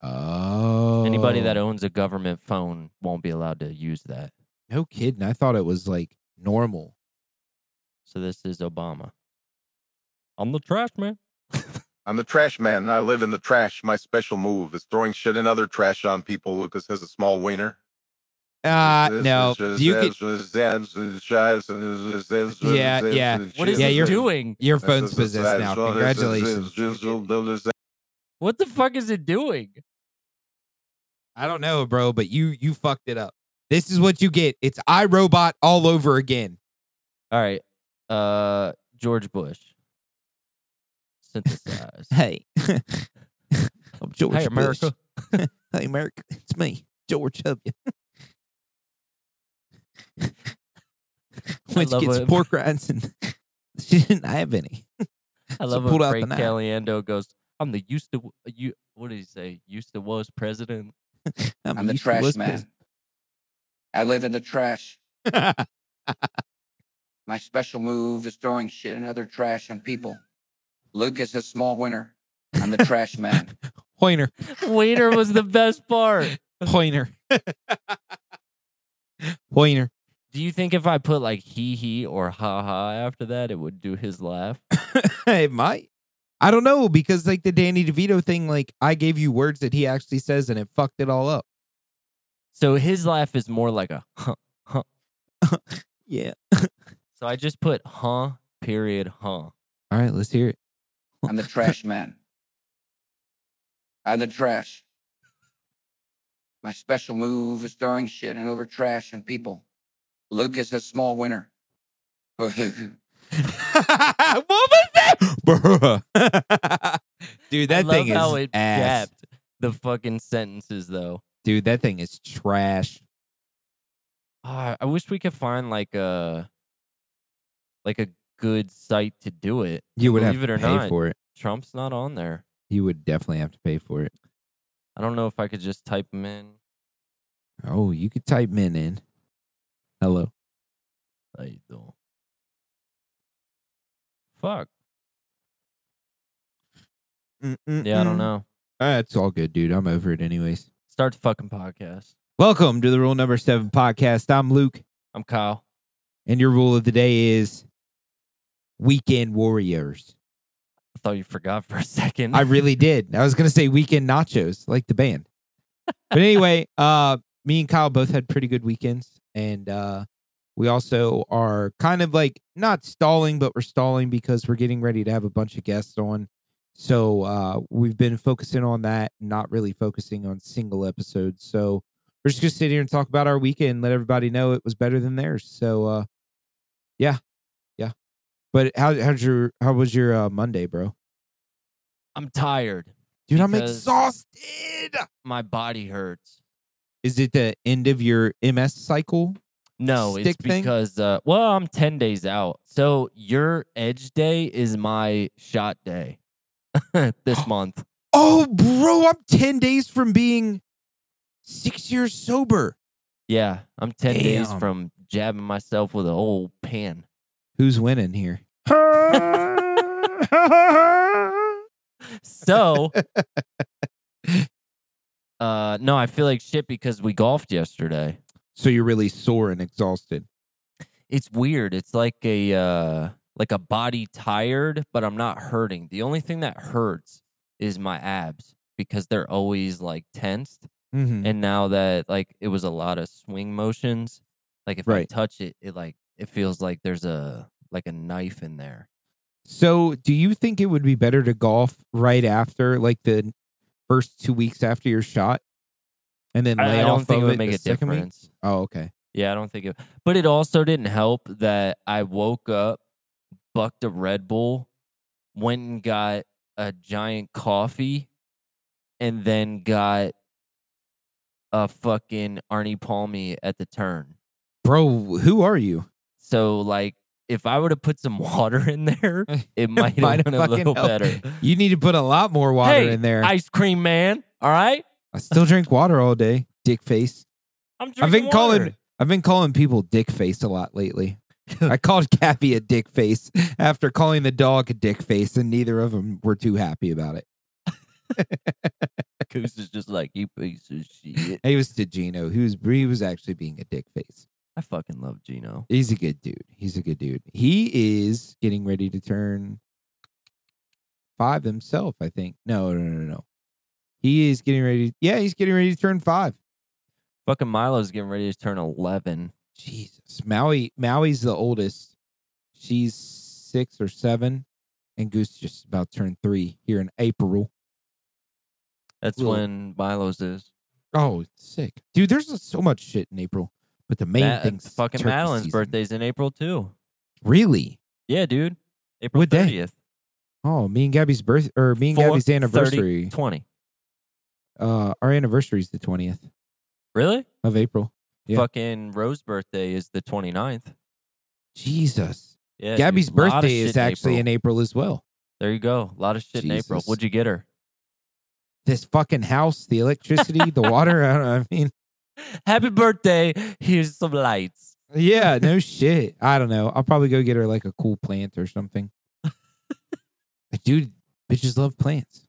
[SPEAKER 1] Oh.
[SPEAKER 2] Anybody that owns a government phone won't be allowed to use that.
[SPEAKER 1] No kidding. I thought it was like normal.
[SPEAKER 2] So this is Obama. I'm the trash man.
[SPEAKER 5] I'm the trash man. I live in the trash. My special move is throwing shit and other trash on people. Lucas has a small wiener.
[SPEAKER 1] Uh
[SPEAKER 5] This
[SPEAKER 1] no.
[SPEAKER 5] is just-
[SPEAKER 1] You could, Yeah,
[SPEAKER 5] Yeah,
[SPEAKER 1] yeah.
[SPEAKER 2] What is
[SPEAKER 1] Yeah,
[SPEAKER 2] he
[SPEAKER 1] you're-
[SPEAKER 2] doing?
[SPEAKER 1] your phone's possessed now. Congratulations.
[SPEAKER 2] What the fuck is it doing?
[SPEAKER 1] I don't know, bro, but you you fucked it up. This is what you get. It's iRobot all over again.
[SPEAKER 2] All right. Uh George Bush.
[SPEAKER 1] [laughs]
[SPEAKER 2] Synthesize.
[SPEAKER 1] Hey. I'm George
[SPEAKER 2] hey America.
[SPEAKER 1] [laughs] Hey America, it's me, George W.
[SPEAKER 2] Which love gets it. pork
[SPEAKER 1] rinds and [laughs] she didn't have any.
[SPEAKER 2] I
[SPEAKER 1] So
[SPEAKER 2] love
[SPEAKER 1] pull
[SPEAKER 2] when
[SPEAKER 1] out
[SPEAKER 2] Frank
[SPEAKER 1] the knife.
[SPEAKER 2] Caliendo goes, I'm the used to you what did he say? Used to was president.
[SPEAKER 4] I'm the trash man. I live in the trash. My special move is throwing shit and other trash on people. Lucas is small winner. I'm the trash man.
[SPEAKER 1] [laughs] Pointer.
[SPEAKER 2] Waiter was the best
[SPEAKER 1] [laughs]
[SPEAKER 2] part.
[SPEAKER 1] Pointer. Pointer.
[SPEAKER 2] Do you think if I put like he he or ha ha after that, it would do his laugh?
[SPEAKER 1] it might. I don't know because like the Danny DeVito thing, like I gave you words that he actually says and it fucked it all up.
[SPEAKER 2] So his laugh is more like a huh.
[SPEAKER 1] Yeah.
[SPEAKER 2] So I just put huh period huh.
[SPEAKER 1] All right,
[SPEAKER 2] [laughs]
[SPEAKER 1] let's hear it.
[SPEAKER 4] I'm the trash man. I'm the trash. My special move is throwing shit and over trash and people. Lucas is small winner. [laughs]
[SPEAKER 1] what was that?
[SPEAKER 2] [laughs]
[SPEAKER 1] Bruh. Dude,
[SPEAKER 2] I
[SPEAKER 1] that
[SPEAKER 2] love
[SPEAKER 1] thing is
[SPEAKER 2] how it
[SPEAKER 1] ass.
[SPEAKER 2] gapped the fucking sentences though.
[SPEAKER 1] Dude, that thing is trash.
[SPEAKER 2] Ah, I wish we could find like a like a good site to do it.
[SPEAKER 1] You would
[SPEAKER 2] Believe
[SPEAKER 1] have to
[SPEAKER 2] it or
[SPEAKER 1] pay
[SPEAKER 2] not.
[SPEAKER 1] for it.
[SPEAKER 2] Trump's not on there.
[SPEAKER 1] You would definitely have to pay for it.
[SPEAKER 2] I don't know if I could just type him in.
[SPEAKER 1] Oh, you could type men in. Hello.
[SPEAKER 2] I don't. Fuck. Yeah, I don't know.
[SPEAKER 1] That's all good, dude. I'm over it anyways.
[SPEAKER 2] Start the fucking podcast.
[SPEAKER 1] Welcome to the Rule Number Seven podcast. I'm Luke,
[SPEAKER 2] I'm Kyle.
[SPEAKER 1] and your rule of the day is weekend warriors.
[SPEAKER 2] I thought you forgot [laughs] for a second.
[SPEAKER 1] I really did. I was gonna say weekend nachos, like the band. But anyway, uh, me and Kyle both had pretty good weekends, and uh, we also are kind of like not stalling, but we're stalling because we're getting ready to have a bunch of guests on. So uh, we've been focusing on that, not really focusing on single episodes. So we're just gonna sit here and talk about our weekend, let everybody know it was better than theirs. So uh, yeah, yeah. But how how's your how was your uh, Monday, bro?
[SPEAKER 2] I'm tired.
[SPEAKER 1] Dude, I'm
[SPEAKER 2] Because-
[SPEAKER 1] exhausted.
[SPEAKER 2] My body hurts.
[SPEAKER 1] Is it the end of your MS cycle?
[SPEAKER 2] No, it's
[SPEAKER 1] Stick thing?
[SPEAKER 2] because uh well, I'm 10 days out. So your edge day is my shot day [laughs] [gasps] this month.
[SPEAKER 1] Oh, bro, I'm 10 days from being six years sober.
[SPEAKER 2] Yeah, I'm 10 days
[SPEAKER 1] Damn.
[SPEAKER 2] from jabbing myself with an old pen.
[SPEAKER 1] Who's winning [laughs] here? [laughs]
[SPEAKER 2] So uh no, I feel like shit because we golfed yesterday.
[SPEAKER 1] so you're really sore and exhausted.
[SPEAKER 2] It's weird. It's like a uh like a body tired, but I'm not hurting. The only thing that hurts is my abs because they're always like tensed.
[SPEAKER 1] Mm-hmm.
[SPEAKER 2] and now that like it was a lot of swing motions like if i
[SPEAKER 1] Right.
[SPEAKER 2] touch it it like it feels like there's a like a knife in there
[SPEAKER 1] So, do you think it would be better to golf right after, like the first two weeks after your shot, and then
[SPEAKER 2] I-
[SPEAKER 1] lay
[SPEAKER 2] i,
[SPEAKER 1] off
[SPEAKER 2] don't think
[SPEAKER 1] of
[SPEAKER 2] it would
[SPEAKER 1] it
[SPEAKER 2] make
[SPEAKER 1] the
[SPEAKER 2] a
[SPEAKER 1] second week?
[SPEAKER 2] difference
[SPEAKER 1] Oh, okay.
[SPEAKER 2] yeah i don't think it but it also didn't help that i woke up bucked a red bull went and got a giant coffee and then got a fucking arnie palmy at the turn
[SPEAKER 1] Bro, who are you?
[SPEAKER 2] so like if i would have put some [laughs] water in
[SPEAKER 1] [laughs]
[SPEAKER 2] there it [laughs] might have
[SPEAKER 1] Might
[SPEAKER 2] been a
[SPEAKER 1] have fucking
[SPEAKER 2] little
[SPEAKER 1] helped.
[SPEAKER 2] better
[SPEAKER 1] [laughs]
[SPEAKER 2] [laughs]
[SPEAKER 1] You need to put a lot more water
[SPEAKER 2] Hey,
[SPEAKER 1] in there.
[SPEAKER 2] ice cream man. All right,
[SPEAKER 1] I still drink water all day, dick face.
[SPEAKER 2] I'm drinking
[SPEAKER 1] I've been calling
[SPEAKER 2] water.
[SPEAKER 1] I've been calling people dick face a lot
[SPEAKER 2] [laughs]
[SPEAKER 1] lately. I called Cappy a dick face after calling the dog a dick face, and neither of them were too happy
[SPEAKER 2] [laughs]
[SPEAKER 1] about it. [laughs]
[SPEAKER 2] Coos is just like you piece of shit.
[SPEAKER 1] He was to Gino, who was he was actually being a dick face.
[SPEAKER 2] I fucking love Gino.
[SPEAKER 1] He's a good dude. He's a good dude. He is getting ready to turn five himself, I think. No, no, no, no, no. He is getting ready. Yeah, he's getting ready to turn five.
[SPEAKER 2] Fucking Milo's getting ready to turn 11.
[SPEAKER 1] Jesus. Maui Maui's the oldest. She's six or seven. And Goose just about turned three here in April.
[SPEAKER 2] That's
[SPEAKER 1] Little-
[SPEAKER 2] when Milo's is.
[SPEAKER 1] Oh, it's sick. Dude, there's so much shit in April. But the main
[SPEAKER 2] Ma- uh,
[SPEAKER 1] thing's
[SPEAKER 2] fucking
[SPEAKER 1] turkey
[SPEAKER 2] Madeline's
[SPEAKER 1] season.
[SPEAKER 2] birthday's in April too.
[SPEAKER 1] Really?
[SPEAKER 2] Yeah, dude. April
[SPEAKER 1] What day?
[SPEAKER 2] 30th.
[SPEAKER 1] Oh, me and Gabby's birth or me and
[SPEAKER 2] Four-
[SPEAKER 1] Gabby's
[SPEAKER 2] 30,
[SPEAKER 1] anniversary.
[SPEAKER 2] 20.
[SPEAKER 1] uh our anniversary is the twentieth
[SPEAKER 2] Really?
[SPEAKER 1] of April. Yeah.
[SPEAKER 2] Fucking Rose's birthday is the 29th.
[SPEAKER 1] Jesus.
[SPEAKER 2] Yeah. dude.
[SPEAKER 1] Gabby's
[SPEAKER 2] Lot of
[SPEAKER 1] birthday
[SPEAKER 2] shit
[SPEAKER 1] is actually
[SPEAKER 2] April.
[SPEAKER 1] in April as well.
[SPEAKER 2] There you go. A lot of shit in April.
[SPEAKER 1] Jesus.
[SPEAKER 2] What'd you get her? [laughs]
[SPEAKER 1] This fucking house, the electricity, the water. [laughs] I, don't, I mean,
[SPEAKER 2] Happy birthday. Here's some lights.
[SPEAKER 1] Yeah,
[SPEAKER 2] [laughs] [laughs]
[SPEAKER 1] no shit. I don't know. I'll probably go get her like a cool plant or something. Like, dude, bitches love plants.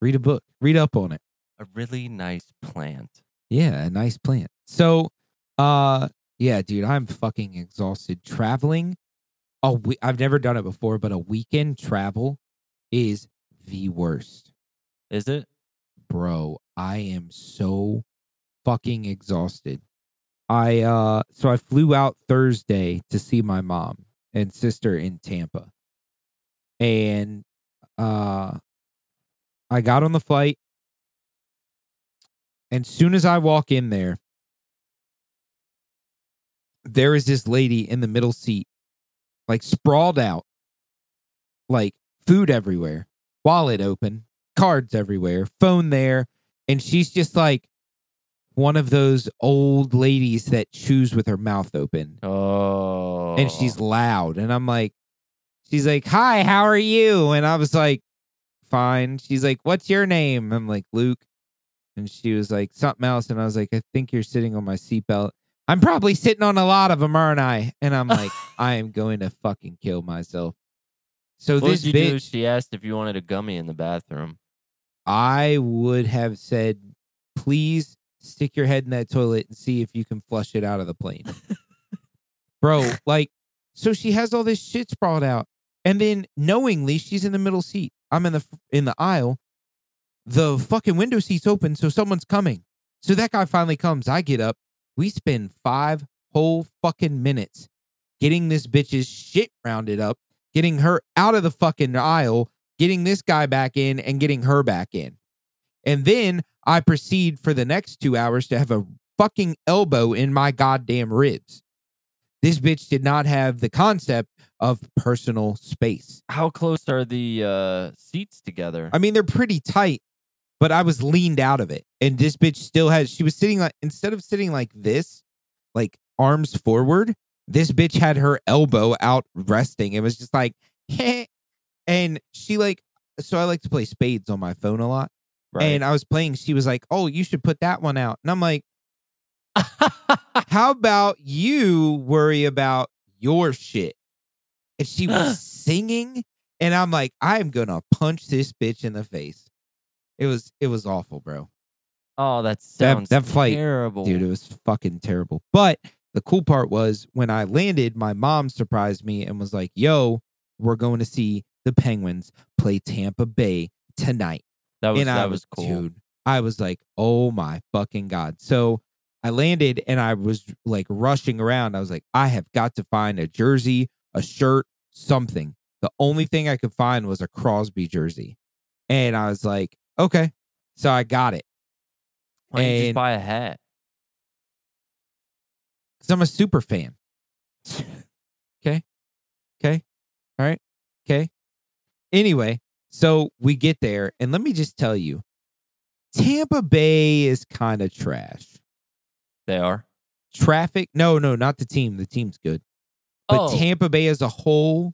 [SPEAKER 1] Read a book. Read up on it.
[SPEAKER 2] A really nice plant.
[SPEAKER 1] Yeah, a nice plant. So, uh, yeah, dude, I'm fucking exhausted. Traveling, a we- I've never done it before, but a weekend travel is the worst,
[SPEAKER 2] Is it?
[SPEAKER 1] bro. I am so fucking exhausted. I uh, so I flew out Thursday to see my mom and sister in Tampa, and uh, I got on the flight, and soon as I walk in there, there is this lady in the middle seat, like sprawled out, like food everywhere, wallet open, cards everywhere, phone there. And she's just like one of those old ladies that chews with her mouth open.
[SPEAKER 2] Oh.
[SPEAKER 1] And she's loud. And I'm like, she's like, hi, how are you? And I was like, fine. She's like, what's your name? I'm like, Luke. And she was like, something else. And I was like, I think you're sitting on my seatbelt. I'm probably sitting on a lot of them, aren't I? And
[SPEAKER 2] [laughs]
[SPEAKER 1] I'm like, I am going to fucking kill myself. So
[SPEAKER 2] What
[SPEAKER 1] this
[SPEAKER 2] did you
[SPEAKER 1] bitch,
[SPEAKER 2] do? She asked if you wanted a gummy in the bathroom.
[SPEAKER 1] I would have said, please stick your head in that toilet and see if you can flush it out of the plane. Bro, like, so she has all this shit sprawled out. And then knowingly, she's in the middle seat. I'm in the in the aisle. The fucking window seat's open, so someone's coming. So that guy finally comes. I get up. We spend five whole fucking minutes getting this bitch's shit rounded up, getting her out of the fucking aisle, getting this guy back in and getting her back in. And then I proceed for the next two hours to have a fucking elbow in my goddamn ribs. This bitch did not have the concept of personal space.
[SPEAKER 2] How close are the uh, seats together?
[SPEAKER 1] I mean, they're pretty tight, but I was leaned out of it. And this bitch still has, she was sitting like, instead of sitting like this, like arms forward, this bitch had her elbow out resting. It was just like, [laughs] and she like, so I like to play spades on my phone a lot. And I was playing. She was like, "Oh, you should put that one out." And I'm like,
[SPEAKER 2] [laughs]
[SPEAKER 1] "How about you worry about your shit?" And she was singing, and I'm like, "I am gonna punch this bitch in the face." It was it was awful, bro,
[SPEAKER 2] oh, that
[SPEAKER 1] That-
[SPEAKER 2] sounds
[SPEAKER 1] that flight,
[SPEAKER 2] terrible.
[SPEAKER 1] dude. It was fucking terrible. But the cool part was when I landed, my mom surprised me and was like, "Yo, we're going to see the Penguins play Tampa Bay tonight."
[SPEAKER 2] that was
[SPEAKER 1] and I
[SPEAKER 2] that was cool.
[SPEAKER 1] Dude, I was like, oh my fucking god. So I landed and I was like rushing around. I was like, I have got to find a jersey, a shirt, something. The only thing I could find was a Crosby jersey, and I was like, okay. So I got it
[SPEAKER 2] Why don't you just
[SPEAKER 1] and-
[SPEAKER 2] buy a hat?
[SPEAKER 1] because I'm a super fan. [laughs] okay, okay, all right, okay. Anyway, so we get there, and let me just tell you, Tampa Bay is kind of trash.
[SPEAKER 2] They are.
[SPEAKER 1] traffic. No, no, not the team. The team's good. But
[SPEAKER 2] oh,
[SPEAKER 1] Tampa Bay as a whole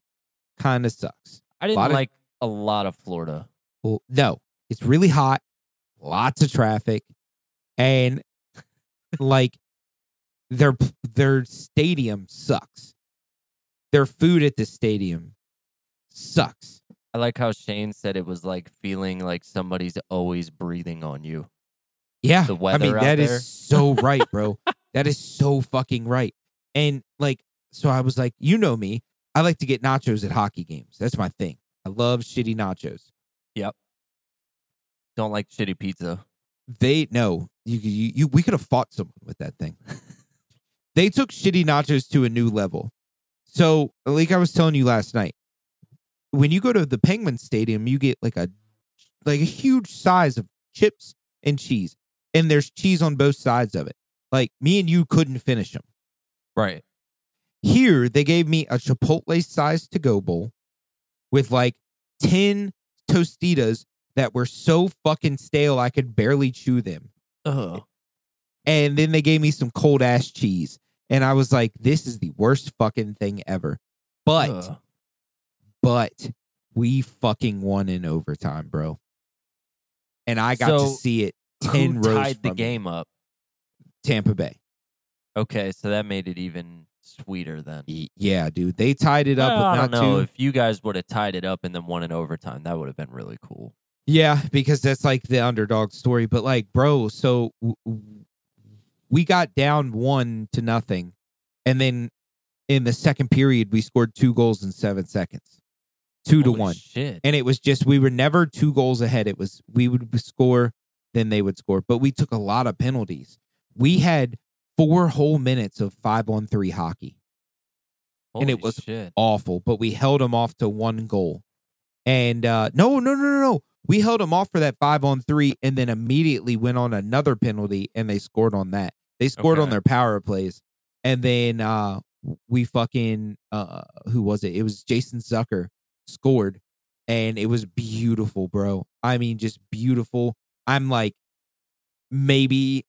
[SPEAKER 1] kind of sucks.
[SPEAKER 2] I didn't
[SPEAKER 1] lot of-
[SPEAKER 2] like a lot of Florida.
[SPEAKER 1] Well, no, it's really hot, lots of traffic, and like their their stadium sucks. Their food at the stadium sucks.
[SPEAKER 2] I like how Shane said it was like feeling like somebody's always breathing on you.
[SPEAKER 1] Yeah.
[SPEAKER 2] The
[SPEAKER 1] I mean,
[SPEAKER 2] weather out
[SPEAKER 1] that is
[SPEAKER 2] there. [laughs]
[SPEAKER 1] so right, bro. that is so fucking right. And like, so I was like, you know me. I like to get nachos at hockey games. That's my thing. I love shitty nachos.
[SPEAKER 2] Don't like shitty pizza.
[SPEAKER 1] They no, you you, you we could have fought someone with that thing. they took shitty nachos to a new level. So, like I was telling you last night, when you go to the Penguin Stadium, you get like a like a huge size of chips and cheese, and there's cheese on both sides of it. Like me and you couldn't finish them.
[SPEAKER 2] Right.
[SPEAKER 1] Here, they gave me a Chipotle sized to go bowl with like 10 Tostitas that were so fucking stale I could barely chew them.
[SPEAKER 2] Ugh.
[SPEAKER 1] And then they gave me some cold ass cheese. And I was like, this is the worst fucking thing ever. But,
[SPEAKER 2] Ugh.
[SPEAKER 1] but we fucking won in overtime, bro. And I got to
[SPEAKER 2] So,
[SPEAKER 1] see it
[SPEAKER 2] Who
[SPEAKER 1] 10 rows
[SPEAKER 2] tied the
[SPEAKER 1] from me.
[SPEAKER 2] game up?
[SPEAKER 1] Tampa Bay.
[SPEAKER 2] Okay, so that made it even sweeter then.
[SPEAKER 1] Y- Yeah, dude. They tied it up
[SPEAKER 2] Well, I don't
[SPEAKER 1] with not
[SPEAKER 2] know
[SPEAKER 1] two.
[SPEAKER 2] if you guys would have tied it up and then won in overtime. That would have been really cool.
[SPEAKER 1] Yeah, because that's like the underdog story. But like, bro, so w- w- we got down one to nothing, and then in the second period we scored two goals in seven seconds, two to
[SPEAKER 2] Holy
[SPEAKER 1] one,
[SPEAKER 2] Shit.
[SPEAKER 1] and it was just we were never two goals ahead. It was we would score, then they would score, but we took a lot of penalties. We had four whole minutes of five on three hockey and it
[SPEAKER 2] Holy
[SPEAKER 1] was-
[SPEAKER 2] shit.
[SPEAKER 1] awful, but we held them off to one goal. And uh, no, no, no, no, no. We held them off for that five on three and then immediately went on another penalty and they scored on that. They scored on
[SPEAKER 2] Okay.
[SPEAKER 1] their power plays. And then uh, we fucking, uh, who was it? It was Jason Zucker scored. And it was beautiful, bro. I mean, just beautiful. I'm like maybe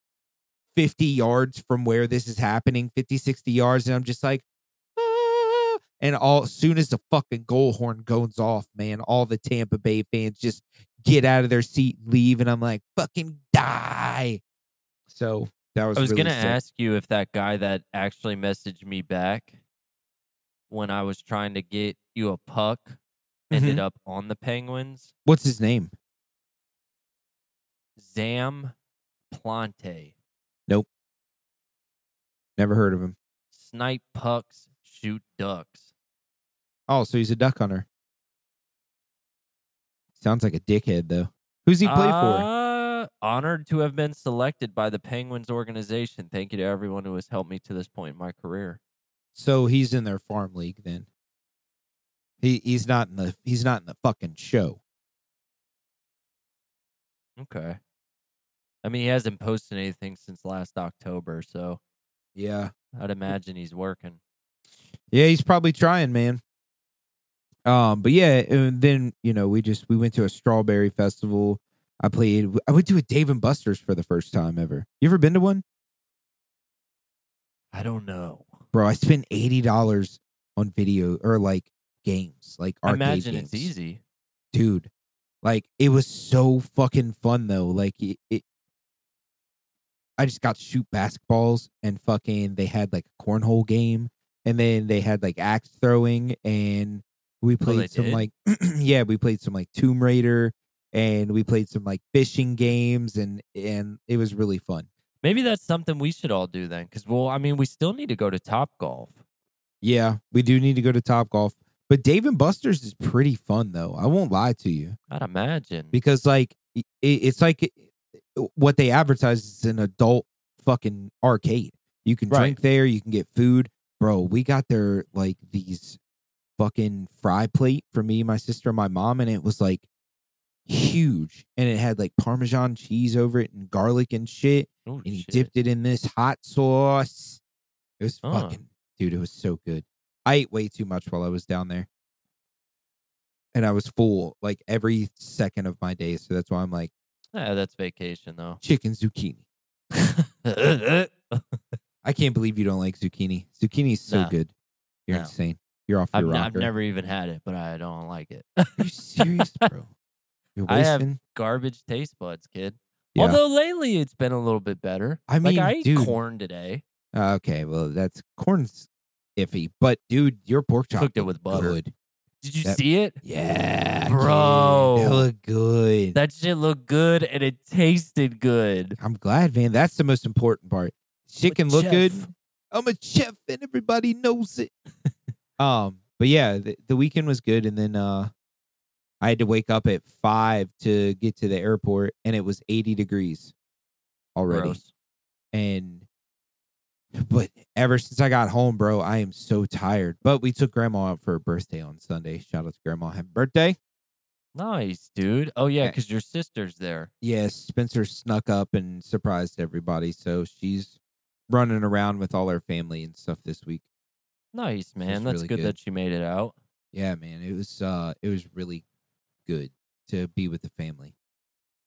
[SPEAKER 1] 50 yards from where this is happening, 50, 60 yards. And I'm just like, "Ah." and all as soon as the fucking goal horn goes off, man, all the Tampa Bay fans just get out of their seat, leave, and I'm like, fucking die. So that was.
[SPEAKER 2] I was
[SPEAKER 1] really
[SPEAKER 2] gonna
[SPEAKER 1] sick.
[SPEAKER 2] ask you if that guy that actually messaged me back when I was trying to get you a puck ended
[SPEAKER 1] Mm-hmm.
[SPEAKER 2] up on the Penguins.
[SPEAKER 1] what's his name?
[SPEAKER 2] Zam Plante.
[SPEAKER 1] Never heard of him.
[SPEAKER 2] Snipe pucks, shoot ducks.
[SPEAKER 1] Oh, so he's a duck hunter. Sounds like a dickhead though. Who's he play
[SPEAKER 2] Uh,
[SPEAKER 1] for?
[SPEAKER 2] honored to have been selected by the Penguins organization. Thank you to everyone who has helped me to this point in my career.
[SPEAKER 1] So he's in their farm league then. He he's not in the he's not in the fucking show.
[SPEAKER 2] Okay. I mean, he hasn't posted anything since last October, so
[SPEAKER 1] Yeah.
[SPEAKER 2] I'd imagine he's working.
[SPEAKER 1] Yeah, he's probably trying, man. Um, but yeah, and then you know we just we went to a strawberry festival. I played. I went to a Dave and Buster's for the first time ever. You ever been to one,
[SPEAKER 2] I don't know.
[SPEAKER 1] bro? I spent eighty dollars on video or like games, like
[SPEAKER 2] I
[SPEAKER 1] arcade
[SPEAKER 2] imagine
[SPEAKER 1] games.
[SPEAKER 2] it's easy.
[SPEAKER 1] dude. Like it was so fucking fun though. Like it, it I just got to shoot basketballs and fucking they had like a cornhole game and then they had like axe throwing and we
[SPEAKER 2] Oh, they
[SPEAKER 1] played some
[SPEAKER 2] did?
[SPEAKER 1] like [clears throat] yeah, we played some like Tomb Raider and we played some like fishing games and and it was really fun.
[SPEAKER 2] Maybe that's something we should all do then, because well, I mean, we still need to go to Top Golf.
[SPEAKER 1] Yeah, we do need to go to Top Golf. But Dave and Buster's is pretty fun though. I won't lie to you.
[SPEAKER 2] I'd imagine.
[SPEAKER 1] because like i- i it's like i- what they advertise is an adult fucking arcade. You can
[SPEAKER 2] Right.
[SPEAKER 1] drink there, you can get food, bro. We got there like these fucking fry plate for me, my sister, and my mom, and it was like huge, and it had like Parmesan cheese over it and garlic and shit,
[SPEAKER 2] Oh,
[SPEAKER 1] and he
[SPEAKER 2] shit.
[SPEAKER 1] dipped it in this hot sauce. It was
[SPEAKER 2] Huh.
[SPEAKER 1] fucking dude. It was so good. I ate way too much while I was down there. And I was full like every second of my day. So that's why I'm like,
[SPEAKER 2] Yeah, Ah, that's vacation though. [laughs]
[SPEAKER 1] chicken zucchini.
[SPEAKER 2] I'm
[SPEAKER 1] I can't believe you don't like zucchini. Zucchini is so
[SPEAKER 2] No.
[SPEAKER 1] good. You're
[SPEAKER 2] No.
[SPEAKER 1] insane. You're off your
[SPEAKER 2] n- I've
[SPEAKER 1] rocker.
[SPEAKER 2] never even had it, but I don't like it. [laughs]
[SPEAKER 1] Are you serious, bro? You're
[SPEAKER 2] I have-
[SPEAKER 1] wasting.
[SPEAKER 2] Garbage taste buds, kid.
[SPEAKER 1] Yeah.
[SPEAKER 2] Although lately it's been a little bit better.
[SPEAKER 1] I mean,
[SPEAKER 2] like I ate
[SPEAKER 1] dude.
[SPEAKER 2] corn today.
[SPEAKER 1] Ah, okay, well, that's corn's iffy. But dude, your pork chop
[SPEAKER 2] Cooked it
[SPEAKER 1] looked
[SPEAKER 2] with butter.
[SPEAKER 1] Good.
[SPEAKER 2] Did you
[SPEAKER 1] That-
[SPEAKER 2] see it?
[SPEAKER 1] Yeah,
[SPEAKER 2] Bro.
[SPEAKER 1] dude, that looked good.
[SPEAKER 2] That shit looked good and it tasted good.
[SPEAKER 1] I'm glad, man. That's the most important part. Shit can look good.
[SPEAKER 2] chef.
[SPEAKER 1] I'm a chef, and everybody knows it. [laughs] um, but yeah, the, the weekend was good, and then uh, I had to wake up at five to get to the airport, and it was 80 degrees already.
[SPEAKER 2] Gross.
[SPEAKER 1] And but ever since I got home, bro, I am so tired. But we took grandma out for her birthday on Sunday. Shout out to grandma, happy birthday!
[SPEAKER 2] Nice, dude. Oh yeah,
[SPEAKER 1] Yeah.
[SPEAKER 2] because your sister's there.
[SPEAKER 1] Yes, Spencer snuck up and surprised everybody, so she's running around with all her family and stuff this week.
[SPEAKER 2] Nice, man. That's
[SPEAKER 1] really
[SPEAKER 2] good,
[SPEAKER 1] good.
[SPEAKER 2] that you made it out.
[SPEAKER 1] Yeah, man, it was uh it was really good to be with the family.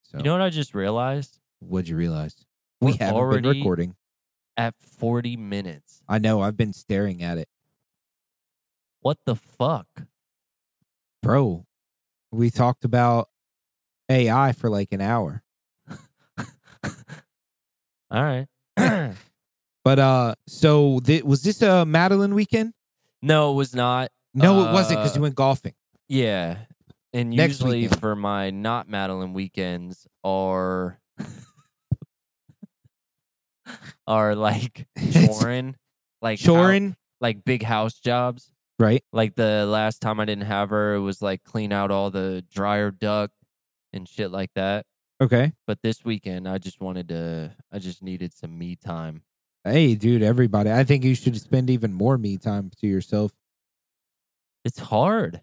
[SPEAKER 1] So
[SPEAKER 2] You know what I just realized?
[SPEAKER 1] what'd you realize? We
[SPEAKER 2] We're
[SPEAKER 1] haven't been
[SPEAKER 2] already-
[SPEAKER 1] recording.
[SPEAKER 2] At 40 minutes.
[SPEAKER 1] I know, I've been staring at it.
[SPEAKER 2] What the fuck?
[SPEAKER 1] Bro, we talked about AI for like an hour.
[SPEAKER 2] All right.
[SPEAKER 1] But uh, so th- was this a Madeline weekend?
[SPEAKER 2] [clears throat] No, it was not.
[SPEAKER 1] No, it wasn't because
[SPEAKER 2] Uh,
[SPEAKER 1] you went golfing.
[SPEAKER 2] Yeah. And
[SPEAKER 1] Next
[SPEAKER 2] usually
[SPEAKER 1] weekend.
[SPEAKER 2] for my not Madeline weekends
[SPEAKER 1] [laughs]
[SPEAKER 2] are are
[SPEAKER 1] [laughs]
[SPEAKER 2] like shoring, like hou-
[SPEAKER 1] Shoring,
[SPEAKER 2] like big house jobs.
[SPEAKER 1] right?
[SPEAKER 2] Like the last time I didn't have her, it was like clean out all the dryer duct and shit like that.
[SPEAKER 1] Okay.
[SPEAKER 2] But this weekend, I just wanted to, I just needed some me time.
[SPEAKER 1] Hey, dude, everybody. I think you should spend even more me time to yourself.
[SPEAKER 2] It's [laughs] hard.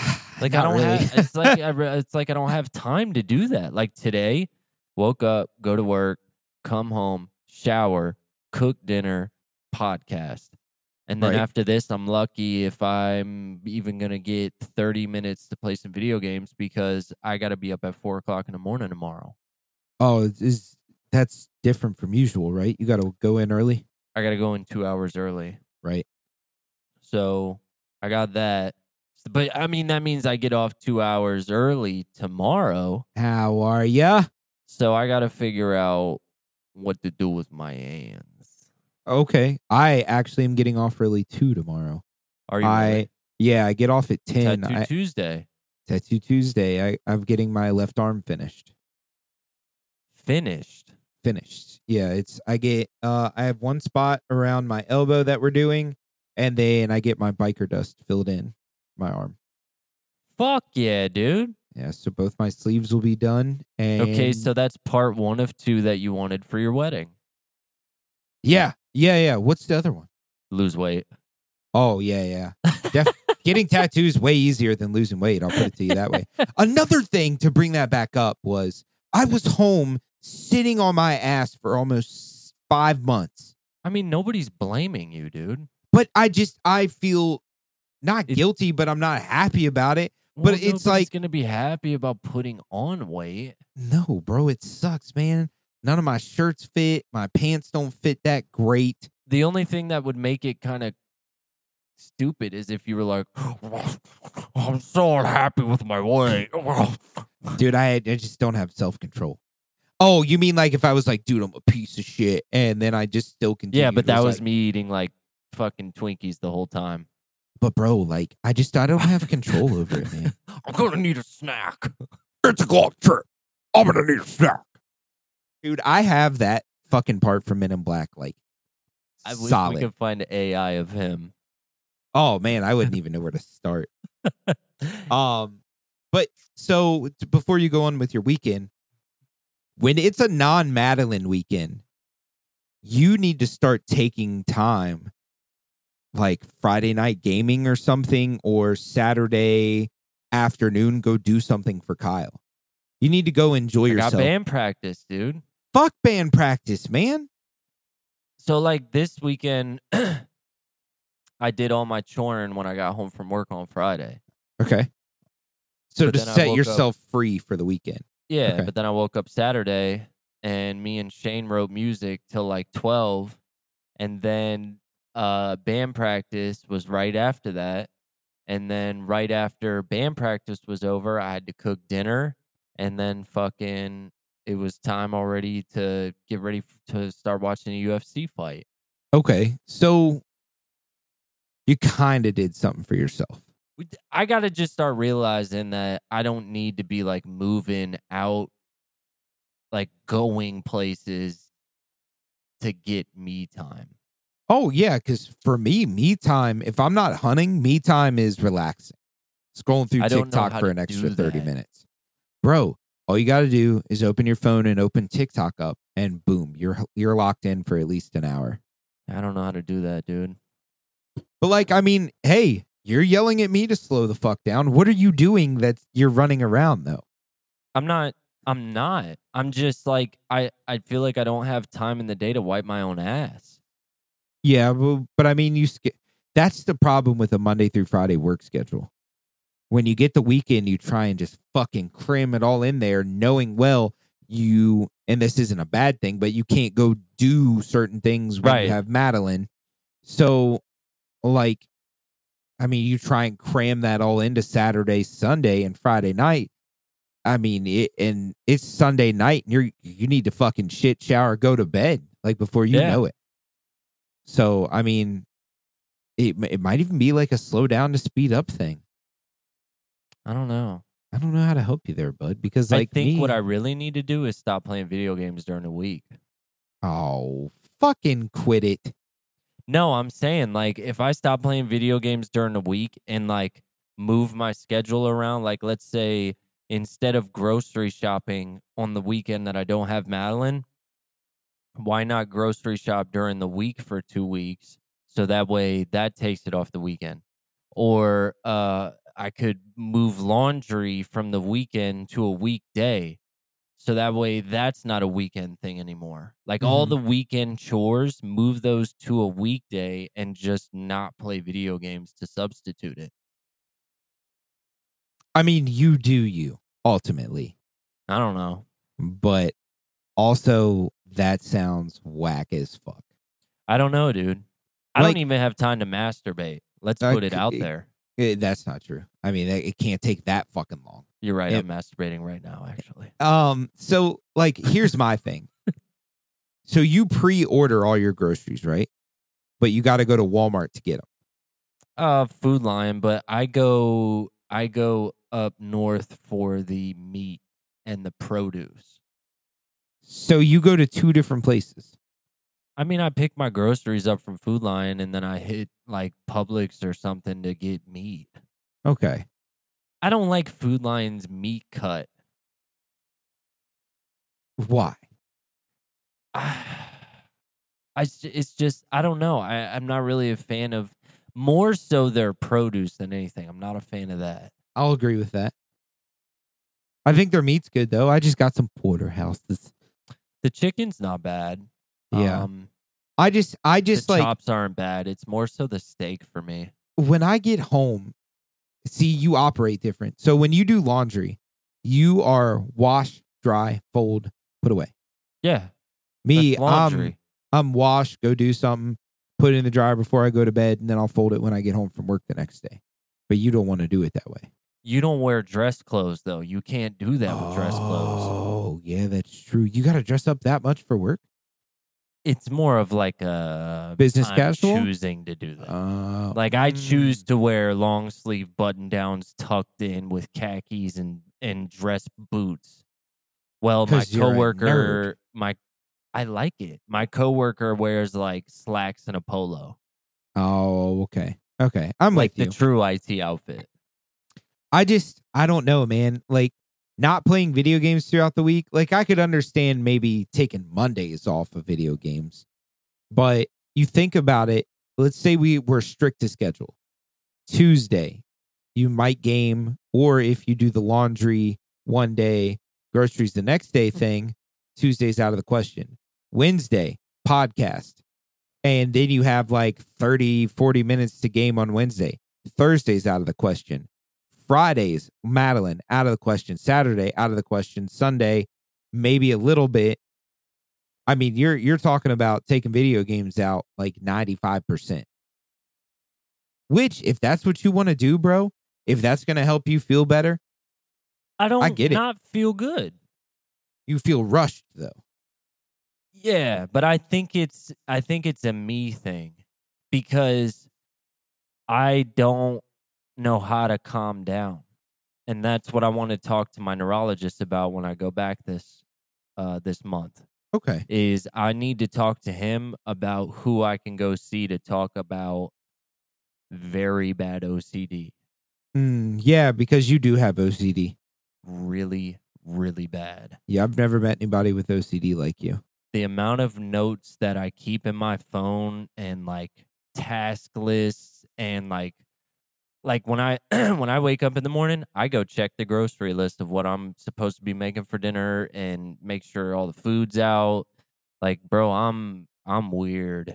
[SPEAKER 2] [sighs] Like I
[SPEAKER 1] Not
[SPEAKER 2] don't
[SPEAKER 1] really.
[SPEAKER 2] have. It's like [laughs] I re- it's like I don't have time to do that. Like today, woke up, go to work, come home, shower, cook dinner, podcast, and then
[SPEAKER 1] Right.
[SPEAKER 2] after this, I'm lucky if I'm even gonna get 30 minutes to play some video games because I got to be up at four o'clock in the morning tomorrow.
[SPEAKER 1] oh, it's- is that's different from usual, right? You got to go in early,
[SPEAKER 2] I got to go in two hours early,
[SPEAKER 1] right?
[SPEAKER 2] so I got that. But I mean, that means I get off two hours early tomorrow.
[SPEAKER 1] How are ya?
[SPEAKER 2] So I gotta figure out what to do with my hands.
[SPEAKER 1] Okay. I actually am getting off early too tomorrow.
[SPEAKER 2] Are you
[SPEAKER 1] I yeah, I get off at
[SPEAKER 2] really?
[SPEAKER 1] ten.
[SPEAKER 2] Tattoo
[SPEAKER 1] I,
[SPEAKER 2] Tuesday
[SPEAKER 1] Tattoo Tuesday. I, I'm getting my left arm finished.
[SPEAKER 2] finished?
[SPEAKER 1] Finished. Yeah, it's I get uh I have one spot around my elbow that we're doing, and then I get my biker dust filled in my arm.
[SPEAKER 2] Fuck yeah, dude.
[SPEAKER 1] Yeah, so both my sleeves will be done. And
[SPEAKER 2] Okay, so that's part one of two that you wanted for your wedding.
[SPEAKER 1] yeah, yeah, yeah. What's the other one?
[SPEAKER 2] Lose weight.
[SPEAKER 1] Oh yeah, yeah.
[SPEAKER 2] [laughs]
[SPEAKER 1] Def- getting tattoos way easier than losing weight. I'll put it to
[SPEAKER 2] [laughs]
[SPEAKER 1] you that way. Another thing to bring that back up was I was home sitting on my ass for almost five months,
[SPEAKER 2] I mean, nobody's blaming you, dude.
[SPEAKER 1] but I just I feel not
[SPEAKER 2] It-
[SPEAKER 1] guilty, but I'm not happy about it.
[SPEAKER 2] Well,
[SPEAKER 1] it's
[SPEAKER 2] nobody's
[SPEAKER 1] like-
[SPEAKER 2] gonna be happy about putting on weight.
[SPEAKER 1] No, bro, it sucks, man. None of my shirts fit. My pants don't fit that great.
[SPEAKER 2] The only thing that would make it kind of stupid is if you were like, "I'm so unhappy with my
[SPEAKER 1] [laughs]
[SPEAKER 2] weight."
[SPEAKER 1] Dude, I I just don't have self control. Oh, you mean like if I was like, dude, I'm a piece of shit, and then I just still continue.
[SPEAKER 2] Yeah, but
[SPEAKER 1] It
[SPEAKER 2] that was
[SPEAKER 1] like-
[SPEAKER 2] me eating like fucking Twinkies the whole time.
[SPEAKER 1] But bro, like I just I don't have control over
[SPEAKER 2] [laughs]
[SPEAKER 1] it, man.
[SPEAKER 2] I'm gonna need a snack.
[SPEAKER 1] It's a golf trip. I'm gonna need a snack. Dude, I have that fucking part from Men in Black, like
[SPEAKER 2] I wish
[SPEAKER 1] solid.
[SPEAKER 2] we could find an AI of him.
[SPEAKER 1] Oh man,
[SPEAKER 2] [laughs]
[SPEAKER 1] I wouldn't even know where to start. Um, but so t- before you go on with your weekend, when it's a non Madeline weekend, you need to start taking time, like Friday night gaming or something, or Saturday afternoon, go do something for Kyle. You need to go
[SPEAKER 2] I
[SPEAKER 1] enjoy
[SPEAKER 2] got
[SPEAKER 1] yourself.
[SPEAKER 2] band practice, dude.
[SPEAKER 1] Fuck band practice, man.
[SPEAKER 2] So like this weekend, [clears throat] I did all my choring when I got home from work on Friday.
[SPEAKER 1] Okay. So
[SPEAKER 2] But
[SPEAKER 1] to
[SPEAKER 2] then I
[SPEAKER 1] set
[SPEAKER 2] woke up-
[SPEAKER 1] yourself free for the weekend.
[SPEAKER 2] Yeah,
[SPEAKER 1] Okay.
[SPEAKER 2] but then I woke up Saturday and me and Shane wrote music till like 12 and then uh band practice was right after that and then right after band practice was over I had to cook dinner and then fucking it was time already to get ready f- to start watching a UFC fight.
[SPEAKER 1] Okay. So you kind of did something for yourself.
[SPEAKER 2] We d- I got to just start realizing that I don't need to be like moving out like going places to get me time.
[SPEAKER 1] Oh, yeah. Cause for me, me time, if I'm not hunting, me time is relaxing, scrolling through
[SPEAKER 2] I don't know
[SPEAKER 1] TikTok
[SPEAKER 2] how
[SPEAKER 1] for
[SPEAKER 2] to
[SPEAKER 1] an extra
[SPEAKER 2] do
[SPEAKER 1] 30
[SPEAKER 2] that.
[SPEAKER 1] minutes. Bro, all you got to do is open your phone and open TikTok up, and boom, you're, you're locked in for at least an hour.
[SPEAKER 2] I don't know how to do that, dude.
[SPEAKER 1] But like, I mean, hey, you're yelling at me to slow the fuck down. What are you doing that you're running around though?
[SPEAKER 2] I'm not. I'm not. I'm just like I. I feel like I don't have time in the day to wipe my own ass.
[SPEAKER 1] Yeah, but, but I mean, you sk- that's the problem with a Monday through Friday work schedule. When you get the weekend, you try and just fucking cram it all in there, knowing well you, and this isn't a bad thing, but you can't go do certain things when
[SPEAKER 2] Right.
[SPEAKER 1] you have Madeline. So, like, I mean, you try and cram that all into Saturday, Sunday, and Friday night. I mean, it, and it's Sunday night, and you're you need to fucking shit, shower, go to bed. like before you
[SPEAKER 2] Yeah.
[SPEAKER 1] know it. So I mean, it m- it might even be like a slow down to speed up thing.
[SPEAKER 2] I don't know.
[SPEAKER 1] I don't know how to help you there, bud, because like
[SPEAKER 2] I think
[SPEAKER 1] me,
[SPEAKER 2] what I really need to do is stop playing video games during the week.
[SPEAKER 1] oh fucking quit it.
[SPEAKER 2] No, I'm saying like if I stop playing video games during the week and like move my schedule around, like let's say instead of grocery shopping on the weekend that I don't have Madeline, why not grocery shop during the week for two weeks? So that way that takes it off the weekend. Or uh, I could move laundry from the weekend to a weekday. So that way that's not a weekend thing anymore. Like all
[SPEAKER 1] Mhm.
[SPEAKER 2] the weekend chores, move those to a weekday and just not play video games to substitute it.
[SPEAKER 1] I mean, you do you ultimately,
[SPEAKER 2] I don't know.
[SPEAKER 1] but also that sounds whack as fuck.
[SPEAKER 2] I don't know, dude. I
[SPEAKER 1] Like-
[SPEAKER 2] don't even have time to masturbate. Let's
[SPEAKER 1] I
[SPEAKER 2] put it
[SPEAKER 1] c-
[SPEAKER 2] out there.
[SPEAKER 1] Eh, that's not true. I mean, it it can't take that fucking long.
[SPEAKER 2] You're right.
[SPEAKER 1] it-
[SPEAKER 2] I'm masturbating right now, actually.
[SPEAKER 1] Um, so like here's my thing. So you pre-order all your groceries, right? But you got to go to Walmart to get them.
[SPEAKER 2] Uh, Food Lion, but I go, I go up north for the meat and the produce.
[SPEAKER 1] So you go to two different places.
[SPEAKER 2] I mean, I pick my groceries up from Food Lion, and then I hit like Publix or something to get meat.
[SPEAKER 1] Okay.
[SPEAKER 2] I don't like Food Lion's meat cut.
[SPEAKER 1] Why?
[SPEAKER 2] [sighs] I s- it's just I don't know. I I'm not really a fan of more so their produce than anything. I'm not a fan of that.
[SPEAKER 1] I'll agree with that. I think their meat's good though. I just got some porterhouse. This
[SPEAKER 2] The chicken's not bad.
[SPEAKER 1] Yeah.
[SPEAKER 2] Um,
[SPEAKER 1] I just I
[SPEAKER 2] the
[SPEAKER 1] just like
[SPEAKER 2] chops aren't bad. It's more so the steak for me.
[SPEAKER 1] when I get home, see you operate different. So when you do laundry, you are wash, dry, fold, put away.
[SPEAKER 2] Yeah.
[SPEAKER 1] Me,
[SPEAKER 2] that's
[SPEAKER 1] um,
[SPEAKER 2] laundry.
[SPEAKER 1] I'm washed, go do something, put it in the dryer before I go to bed, and then I'll fold it when I get home from work the next day. But you don't want to do it that way.
[SPEAKER 2] you don't wear dress clothes though. You can't do that with dress clothes.
[SPEAKER 1] Oh, yeah, that's true. You got to dress up that much for work?
[SPEAKER 2] It's more of like a
[SPEAKER 1] Business
[SPEAKER 2] I'm
[SPEAKER 1] casual?
[SPEAKER 2] choosing to do that.
[SPEAKER 1] Uh,
[SPEAKER 2] Like I
[SPEAKER 1] mm.
[SPEAKER 2] choose to wear long sleeve button downs tucked in with khakis and and dress boots. Well, my
[SPEAKER 1] 'Cause you're a
[SPEAKER 2] coworker, my I like it. My coworker wears like slacks and a polo,
[SPEAKER 1] Oh, okay. Okay. I'm
[SPEAKER 2] like
[SPEAKER 1] like,
[SPEAKER 2] the
[SPEAKER 1] you.
[SPEAKER 2] true IT outfit.
[SPEAKER 1] I just, I don't know, man. Like, not playing video games throughout the week. Like, I could understand maybe taking Mondays off of video games, but you think about it. Let's say we were strict to schedule. Tuesday, you might game, or if you do the laundry one day, groceries the next day thing, Tuesday's out of the question. Wednesday, podcast. And then you have like 30, 40 minutes to game on Wednesday. Thursday's out of the question. Fridays, Madeline, out of the question. Saturday, out of the question. Sunday, maybe a little bit. I mean, you're you're talking about taking video games out like 95%. Which, if that's what you want to do, bro, if that's gonna help you feel better,
[SPEAKER 2] I don't
[SPEAKER 1] get it.
[SPEAKER 2] not feel good.
[SPEAKER 1] you feel rushed though.
[SPEAKER 2] Yeah, but I think it's I think it's a me thing because I don't know how to calm down. And that's what I want to talk to my neurologist about when I go back this uh this month
[SPEAKER 1] Okay.
[SPEAKER 2] is I need to talk to him about who I can go see to talk about very bad OCD.
[SPEAKER 1] Mm, yeah, because you do have OCD.
[SPEAKER 2] Really, really bad.
[SPEAKER 1] Yeah, I've never met anybody with OCD like you.
[SPEAKER 2] the amount of notes that I keep in my phone and like task lists and like like when I [clears throat] when I wake up in the morning, I go check the grocery list of what I'm supposed to be making for dinner and make sure all the food's out. Like, bro, I'm I'm weird.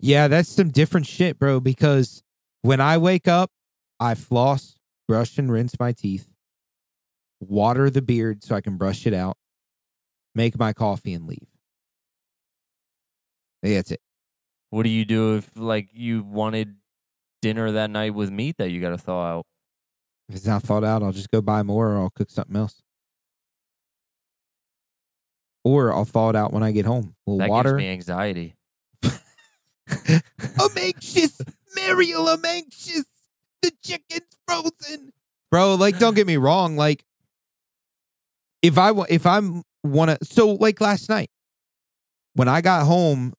[SPEAKER 1] Yeah, that's some different shit, bro. Because when I wake up, I floss, brush, and rinse my teeth, water the beard so I can brush it out, make my coffee, and leave. Yeah, That's it.
[SPEAKER 2] What do you do if like you wanted dinner that night with meat that you got to thaw out?
[SPEAKER 1] If it's not thought out, I'll just go buy more or I'll cook something else. or I'll thaw it out when I get home. A little
[SPEAKER 2] That
[SPEAKER 1] water.
[SPEAKER 2] gives me anxiety. [laughs]
[SPEAKER 1] I'm anxious, Mariel. I'm anxious. The chicken's frozen, bro. Like, don't get me wrong. Like, if I wa- if I'm wanna, so like last night when I got home,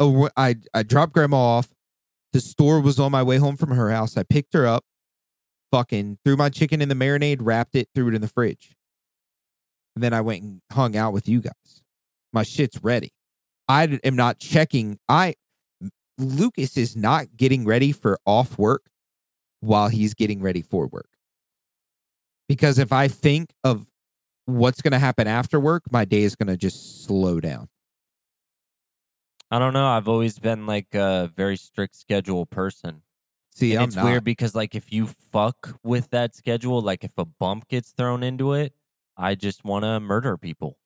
[SPEAKER 1] oh, wh- I I dropped grandma off. The store was on my way home from her house. I picked her up, fucking threw my chicken in the marinade, wrapped it, threw it in the fridge, and then I went and hung out with you guys. My shit's ready. I d- am not checking. I Lucas is not getting ready for off work while he's getting ready for work. Because if I think of what's going to happen after work, my day is going to just slow down.
[SPEAKER 2] I don't know. I've always been like a very strict schedule person.
[SPEAKER 1] See,
[SPEAKER 2] And
[SPEAKER 1] I'm
[SPEAKER 2] it's
[SPEAKER 1] not.
[SPEAKER 2] weird because like if you fuck with that schedule, like if a bump gets thrown into it, I just want to murder people.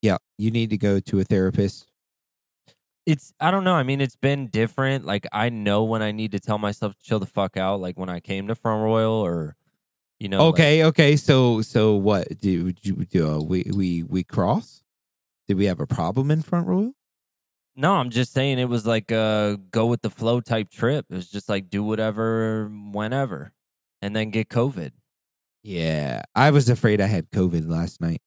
[SPEAKER 1] Yeah, you need to go to a therapist.
[SPEAKER 2] It's I don't know. I mean, it's been different. Like I know when I need to tell myself to chill the fuck out. Like when I came to Front Royal, or you know, like-
[SPEAKER 1] okay, okay. So, so what do do, do uh, we we we cross? Did we have a problem in Front Royal?
[SPEAKER 2] no, I'm just saying it was like a go with the flow type trip. It was just like do whatever, whenever, and then get COVID.
[SPEAKER 1] Yeah, I was afraid I had COVID last night.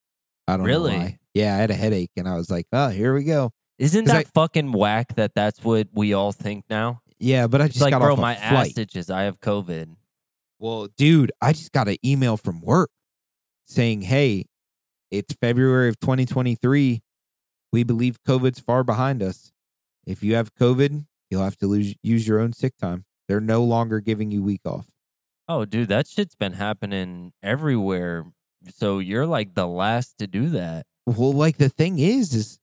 [SPEAKER 1] I don't
[SPEAKER 2] Really?
[SPEAKER 1] know why. Yeah, I had a headache, and I was like, "Oh, here we go."
[SPEAKER 2] Isn't
[SPEAKER 1] 'Cause
[SPEAKER 2] that fucking whack? That that's what we all think now.
[SPEAKER 1] Yeah, but I
[SPEAKER 2] It's
[SPEAKER 1] just
[SPEAKER 2] like,
[SPEAKER 1] got
[SPEAKER 2] bro,
[SPEAKER 1] off a
[SPEAKER 2] my
[SPEAKER 1] flight.
[SPEAKER 2] ass itches. I have COVID.
[SPEAKER 1] Well, dude, I just got an email from work saying, hey, it's February of 2023. We believe COVID's far behind us. If you have COVID, you'll have to lose, use your own sick time. They're no longer giving you week off.
[SPEAKER 2] Oh, dude, that shit's been happening everywhere. So you're like the last to do that.
[SPEAKER 1] Well, like the thing is, is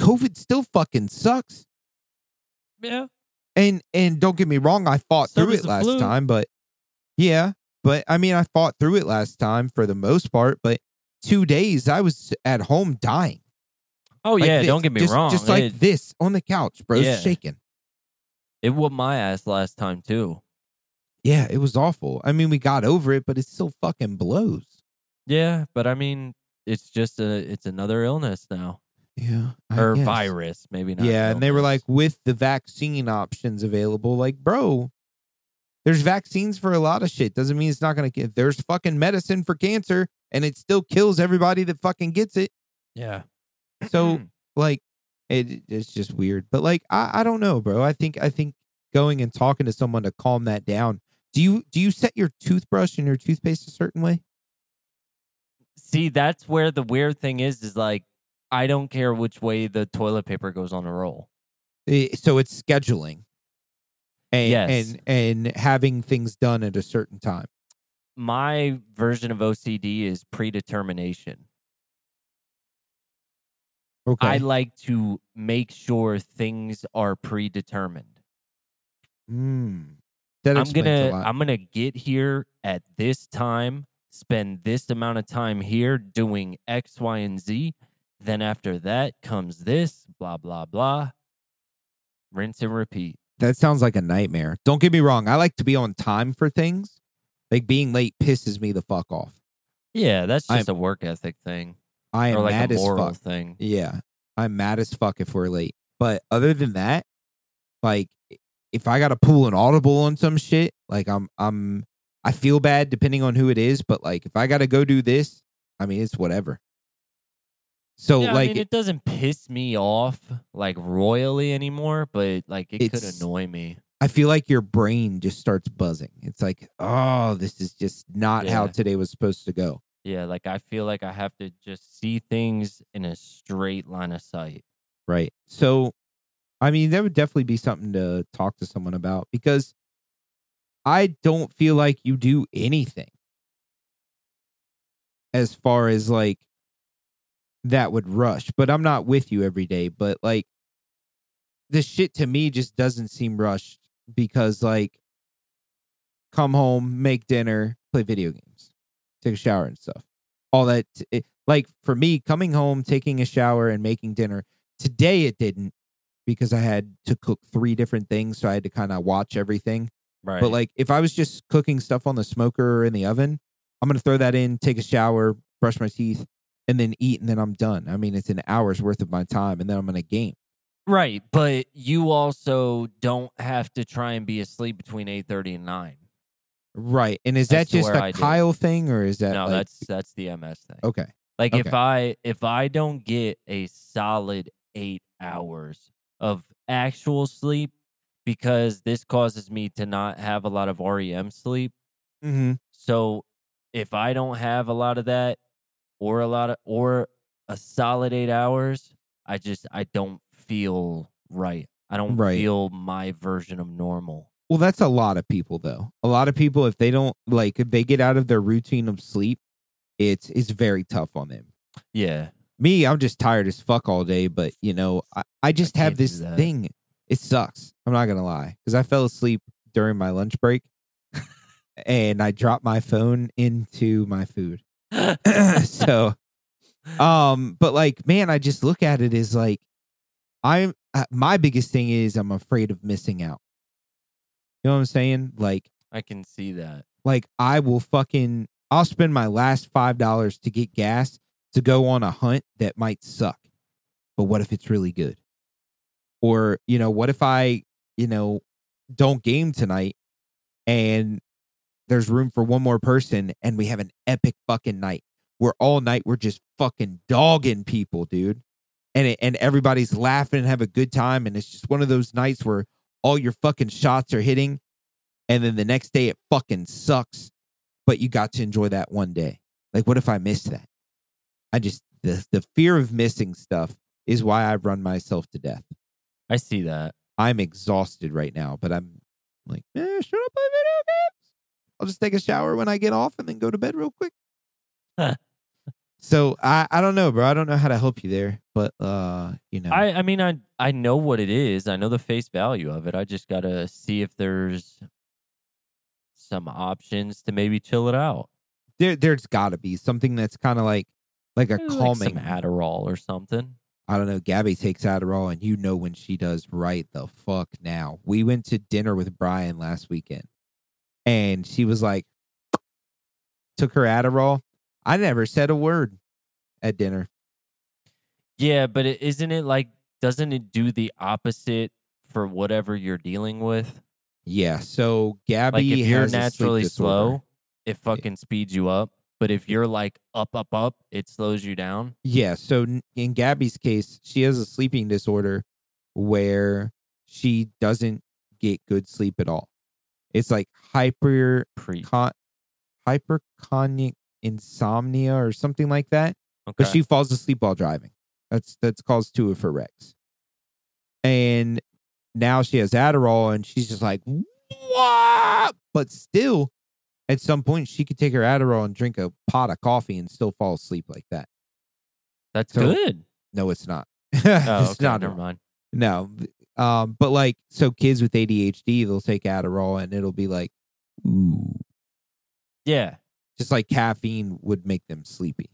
[SPEAKER 1] COVID still fucking sucks.
[SPEAKER 2] Yeah.
[SPEAKER 1] And and don't get me wrong, I fought
[SPEAKER 2] So
[SPEAKER 1] through
[SPEAKER 2] does
[SPEAKER 1] it
[SPEAKER 2] the
[SPEAKER 1] last
[SPEAKER 2] flu.
[SPEAKER 1] time, but yeah, but I mean, I fought through it last time for the most part. But two days, I was at home dying.
[SPEAKER 2] Oh
[SPEAKER 1] Like
[SPEAKER 2] yeah.
[SPEAKER 1] this,
[SPEAKER 2] don't get me
[SPEAKER 1] just,
[SPEAKER 2] wrong.
[SPEAKER 1] Just like
[SPEAKER 2] it,
[SPEAKER 1] this on the couch, bro.
[SPEAKER 2] Yeah.
[SPEAKER 1] It's shaking.
[SPEAKER 2] it whooped my ass last time too.
[SPEAKER 1] Yeah, it was awful. I mean, we got over it, but it still fucking blows.
[SPEAKER 2] Yeah, but I mean, it's just a it's another illness now
[SPEAKER 1] Yeah.
[SPEAKER 2] or virus, maybe not.
[SPEAKER 1] Yeah, and they were like,
[SPEAKER 2] illness.
[SPEAKER 1] with the vaccine options available, like, bro, there's vaccines for a lot of shit. Doesn't mean it's not gonna get. There's fucking medicine for cancer, and it still kills everybody that fucking gets it.
[SPEAKER 2] yeah.
[SPEAKER 1] So
[SPEAKER 2] Mm.
[SPEAKER 1] like it, it's just weird but like I, I don't know bro i think i think going and talking to someone to calm that down do you do you set your toothbrush and your toothpaste a certain way
[SPEAKER 2] See, that's where the weird thing is. Is like, I don't care which way the toilet paper goes on a roll.
[SPEAKER 1] Eh, so it's scheduling and,
[SPEAKER 2] Yes.
[SPEAKER 1] and and having things done at a certain time
[SPEAKER 2] My version of OCD is predetermination.
[SPEAKER 1] okay
[SPEAKER 2] I like to make sure things are predetermined.
[SPEAKER 1] mm. that
[SPEAKER 2] I'm
[SPEAKER 1] explains a
[SPEAKER 2] gonna
[SPEAKER 1] lot.
[SPEAKER 2] I'm gonna get here at this time, spend this amount of time here doing X, Y, and Z. Then after that comes this, blah blah blah. Rinse and repeat.
[SPEAKER 1] that sounds like a nightmare don't get me wrong i like to be on time for things like being late pisses me the fuck off
[SPEAKER 2] Yeah, that's
[SPEAKER 1] I'm-
[SPEAKER 2] just a work ethic thing
[SPEAKER 1] i am
[SPEAKER 2] or like
[SPEAKER 1] mad
[SPEAKER 2] a
[SPEAKER 1] as
[SPEAKER 2] moral
[SPEAKER 1] fuck
[SPEAKER 2] thing.
[SPEAKER 1] Yeah. I'm mad as fuck if we're late. But other than that, like if I gotta pull an audible on some shit, like I'm I'm I feel bad depending on who it is, but like if I gotta go do this, I mean it's whatever. So
[SPEAKER 2] yeah,
[SPEAKER 1] like
[SPEAKER 2] I mean, it, doesn't piss me off like royally anymore, but like it could
[SPEAKER 1] It's-
[SPEAKER 2] annoy me.
[SPEAKER 1] I feel like your brain just starts buzzing. It's like, oh, this is just not how
[SPEAKER 2] Yeah.
[SPEAKER 1] today was supposed to go.
[SPEAKER 2] Yeah, like I feel like I have to just see things in a straight line of sight.
[SPEAKER 1] Right. So, I mean, that would definitely be something to talk to someone about because I don't feel like you do anything as far as like that would rush, but I'm not with you every day. But like, this shit to me just doesn't seem rushed because like, come home, make dinner, play video games, take a shower and stuff. All that, it, like, for me, coming home, taking a shower, and making dinner Today it didn't because I had to cook three different things, so I had to kind of watch everything.
[SPEAKER 2] Right.
[SPEAKER 1] But like if I was just cooking stuff on the smoker or in the oven, I'm gonna throw that in, take a shower, brush my teeth, and then eat and then I'm done. I mean, it's an hour's worth of my time and then I'm in a game.
[SPEAKER 2] Right, but you also don't have to try and be asleep between eight thirty and nine.
[SPEAKER 1] Right. And is
[SPEAKER 2] That's
[SPEAKER 1] that just
[SPEAKER 2] where
[SPEAKER 1] a
[SPEAKER 2] I do it.
[SPEAKER 1] Kyle thing or is that
[SPEAKER 2] no,
[SPEAKER 1] like-
[SPEAKER 2] that's that's the MS thing.
[SPEAKER 1] okay.
[SPEAKER 2] Like if
[SPEAKER 1] okay.
[SPEAKER 2] I if I don't get a solid eight hours of actual sleep because this causes me to not have a lot of REM sleep.
[SPEAKER 1] Mm-hmm.
[SPEAKER 2] So if I don't have a lot of that or a lot of or a solid 8 hours, I just I don't feel right. I don't
[SPEAKER 1] Right.
[SPEAKER 2] feel my version of normal.
[SPEAKER 1] Well, that's a lot of people though. A lot of people if they don't like if they get out of their routine of sleep, it's it's very tough on them.
[SPEAKER 2] Yeah. [coughs]
[SPEAKER 1] Me, I'm just tired as fuck all day, but you know, I, I just
[SPEAKER 2] can't
[SPEAKER 1] have
[SPEAKER 2] do
[SPEAKER 1] this
[SPEAKER 2] that.
[SPEAKER 1] thing. It sucks. I'm not gonna lie. Because I fell asleep during my lunch break and I dropped my phone into my food. [laughs] so um but like man i just look at it as like i'm uh, my biggest thing is i'm afraid of missing out you know what i'm saying like
[SPEAKER 2] I can see that.
[SPEAKER 1] like i will fucking i'll spend my last five dollars to get gas to go on a hunt that might suck but what if it's really good or you know what if i you know don't game tonight and there's room for one more person and we have an epic fucking night where all night we're just fucking dogging people dude and it, and everybody's laughing and have a good time and it's just one of those nights where all your fucking shots are hitting and then the next day it fucking sucks but you got to enjoy that one day like what if i missed that i just the, the fear of missing stuff is why i run myself to death
[SPEAKER 2] I see that.
[SPEAKER 1] i'm exhausted right now but i'm like eh, should i play video games i'll just take a shower when i get off and then go to bed real quick so I, I don't know bro i don't know how to help you there but uh you know
[SPEAKER 2] I, I mean I I know what it is. I know the face value of it. I just gotta see if there's some options to maybe chill it out.
[SPEAKER 1] there, there's gotta be something that's kind of like like a
[SPEAKER 2] Maybe like
[SPEAKER 1] calming
[SPEAKER 2] some Adderall or something.
[SPEAKER 1] I don't know. Gabby takes Adderall, and you know when she does right the fuck now. We went to dinner with Brian last weekend, and she was like, [sniffs] took her Adderall. I never said a word at dinner.
[SPEAKER 2] Yeah, but is isn't it like doesn't it do the opposite for whatever you're dealing with?
[SPEAKER 1] Yeah. So Gabby,
[SPEAKER 2] Like if you're
[SPEAKER 1] has a sleep
[SPEAKER 2] naturally
[SPEAKER 1] disorder.
[SPEAKER 2] slow, it fucking speeds you up. But if you're like up, up, up, it slows you down.
[SPEAKER 1] Yeah. So n- in Gabby's case, she has a sleeping disorder where she doesn't get good sleep at all. It's like hyper
[SPEAKER 2] Pre
[SPEAKER 1] con- hyperconic insomnia or something like that. But
[SPEAKER 2] okay.
[SPEAKER 1] she falls asleep while driving. That's that's caused two of her wrecks. And now she has Adderall, and she's just like, what? But still, at some point, she could take her Adderall and drink a pot of coffee and still fall asleep like that.
[SPEAKER 2] That's
[SPEAKER 1] so- [laughs]
[SPEAKER 2] good.
[SPEAKER 1] No, it's not.
[SPEAKER 2] Oh,
[SPEAKER 1] it's
[SPEAKER 2] okay,
[SPEAKER 1] not
[SPEAKER 2] never
[SPEAKER 1] normal.
[SPEAKER 2] mind.
[SPEAKER 1] No. Um, but like, so kids with ADHD, they'll take Adderall, and it'll be like, ooh,
[SPEAKER 2] Yeah.
[SPEAKER 1] just like caffeine would make them sleepy.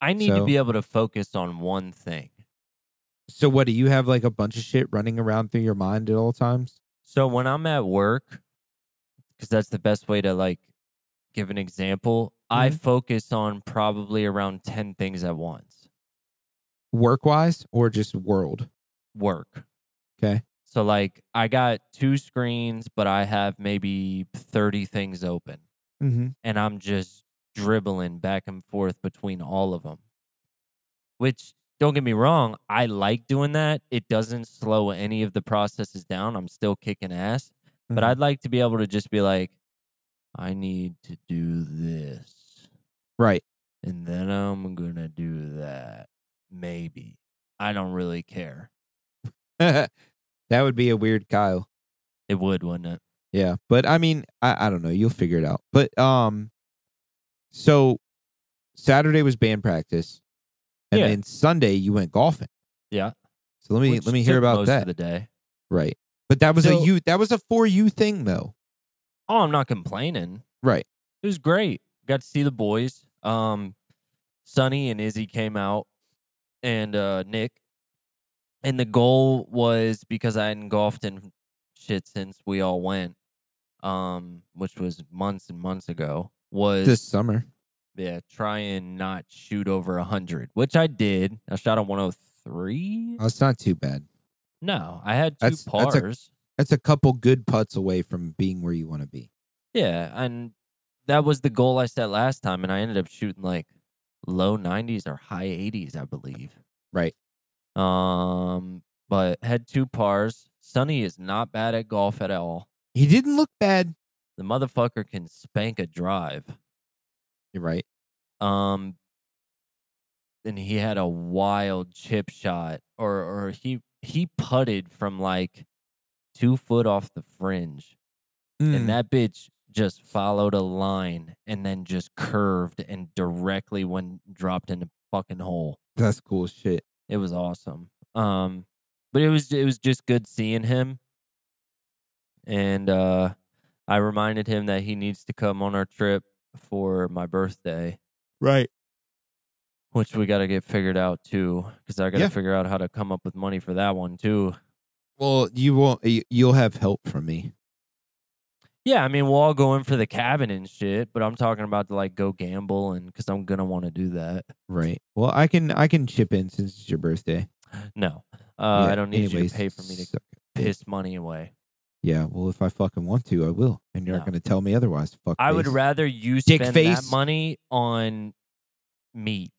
[SPEAKER 2] I need to
[SPEAKER 1] So-
[SPEAKER 2] be able to focus on one thing.
[SPEAKER 1] So what do you have like a bunch of shit running around through your mind at all times?
[SPEAKER 2] So when I'm at work, because that's the best way to like give an example, I
[SPEAKER 1] Mhm.
[SPEAKER 2] focus on probably around 10 things at once.
[SPEAKER 1] Work wise or just world?
[SPEAKER 2] Work.
[SPEAKER 1] Okay.
[SPEAKER 2] So like I got two screens, but I have maybe 30 things open
[SPEAKER 1] Mm-hmm.
[SPEAKER 2] and I'm just dribbling back and forth between all of them. Which don't get me wrong, I like doing that. It doesn't slow any of the processes down. I'm still kicking ass.
[SPEAKER 1] Mm-hmm.
[SPEAKER 2] but I'd like to be able to just be like, I need to do this,
[SPEAKER 1] right. [laughs]
[SPEAKER 2] and then I'm gonna do that. Maybe I don't really care.
[SPEAKER 1] that would be a weird Kyle.
[SPEAKER 2] It would, wouldn't it?
[SPEAKER 1] Yeah. But I mean, I, I don't know. You'll figure it out. But um so Saturday was band practice. And
[SPEAKER 2] Yeah.
[SPEAKER 1] then Sunday you went golfing.
[SPEAKER 2] Yeah.
[SPEAKER 1] So let me
[SPEAKER 2] Which
[SPEAKER 1] let me hear
[SPEAKER 2] took
[SPEAKER 1] about
[SPEAKER 2] most Of
[SPEAKER 1] that.
[SPEAKER 2] the day.
[SPEAKER 1] right. But that was
[SPEAKER 2] So-
[SPEAKER 1] a you that was a for you thing though.
[SPEAKER 2] Oh, I'm not complaining.
[SPEAKER 1] Right.
[SPEAKER 2] It was great. Got to see the boys. Um, Sonny and Izzy came out, and uh, Nick. And the goal was because I hadn't golfed in shit since we all went, um, which was months and months ago. Was
[SPEAKER 1] This summer.
[SPEAKER 2] Yeah, try and not shoot over 100, which I did. I shot a 103.
[SPEAKER 1] Oh, it's not too bad.
[SPEAKER 2] No, I had two
[SPEAKER 1] That's-
[SPEAKER 2] pars.
[SPEAKER 1] that's a- That's a couple good putts away from being where you want to be.
[SPEAKER 2] Yeah, and that was the goal I set last time, and I ended up shooting like low 90s or high 80s, I believe.
[SPEAKER 1] Right.
[SPEAKER 2] Um, but had two pars. Sonny is not bad at golf at all.
[SPEAKER 1] He didn't look bad.
[SPEAKER 2] The motherfucker can spank a drive.
[SPEAKER 1] You're right.
[SPEAKER 2] Um, and he had a wild chip shot, or or he he putted from like two foot off the fringe,
[SPEAKER 1] Hmm.
[SPEAKER 2] and that bitch just followed a line and then just curved and directly when dropped in the fucking hole.
[SPEAKER 1] That's cool as shit.
[SPEAKER 2] It was awesome. Um, but it was it was just good seeing him, and uh, I reminded him that he needs to come on our trip for my birthday
[SPEAKER 1] Right.
[SPEAKER 2] which we got to get figured out too because i got to
[SPEAKER 1] Yeah.
[SPEAKER 2] figure out how to come up with money for that one too
[SPEAKER 1] Well, you won't. you- You'll have help from me.
[SPEAKER 2] yeah i mean we'll all go in for the cabin and shit but i'm talking about to like go gamble and because i'm gonna want to do that
[SPEAKER 1] Right. Well, I can. I can chip in since it's your birthday.
[SPEAKER 2] no uh,
[SPEAKER 1] Yeah,
[SPEAKER 2] i don't need you
[SPEAKER 1] anyways,
[SPEAKER 2] to pay for me to
[SPEAKER 1] suck it.
[SPEAKER 2] piss money away
[SPEAKER 1] Yeah. Well, if I fucking want to, I will, and you're
[SPEAKER 2] No.
[SPEAKER 1] not going to tell me otherwise. Fuck.
[SPEAKER 2] i would
[SPEAKER 1] face.
[SPEAKER 2] rather you
[SPEAKER 1] Dick
[SPEAKER 2] spend that
[SPEAKER 1] face.
[SPEAKER 2] money on meat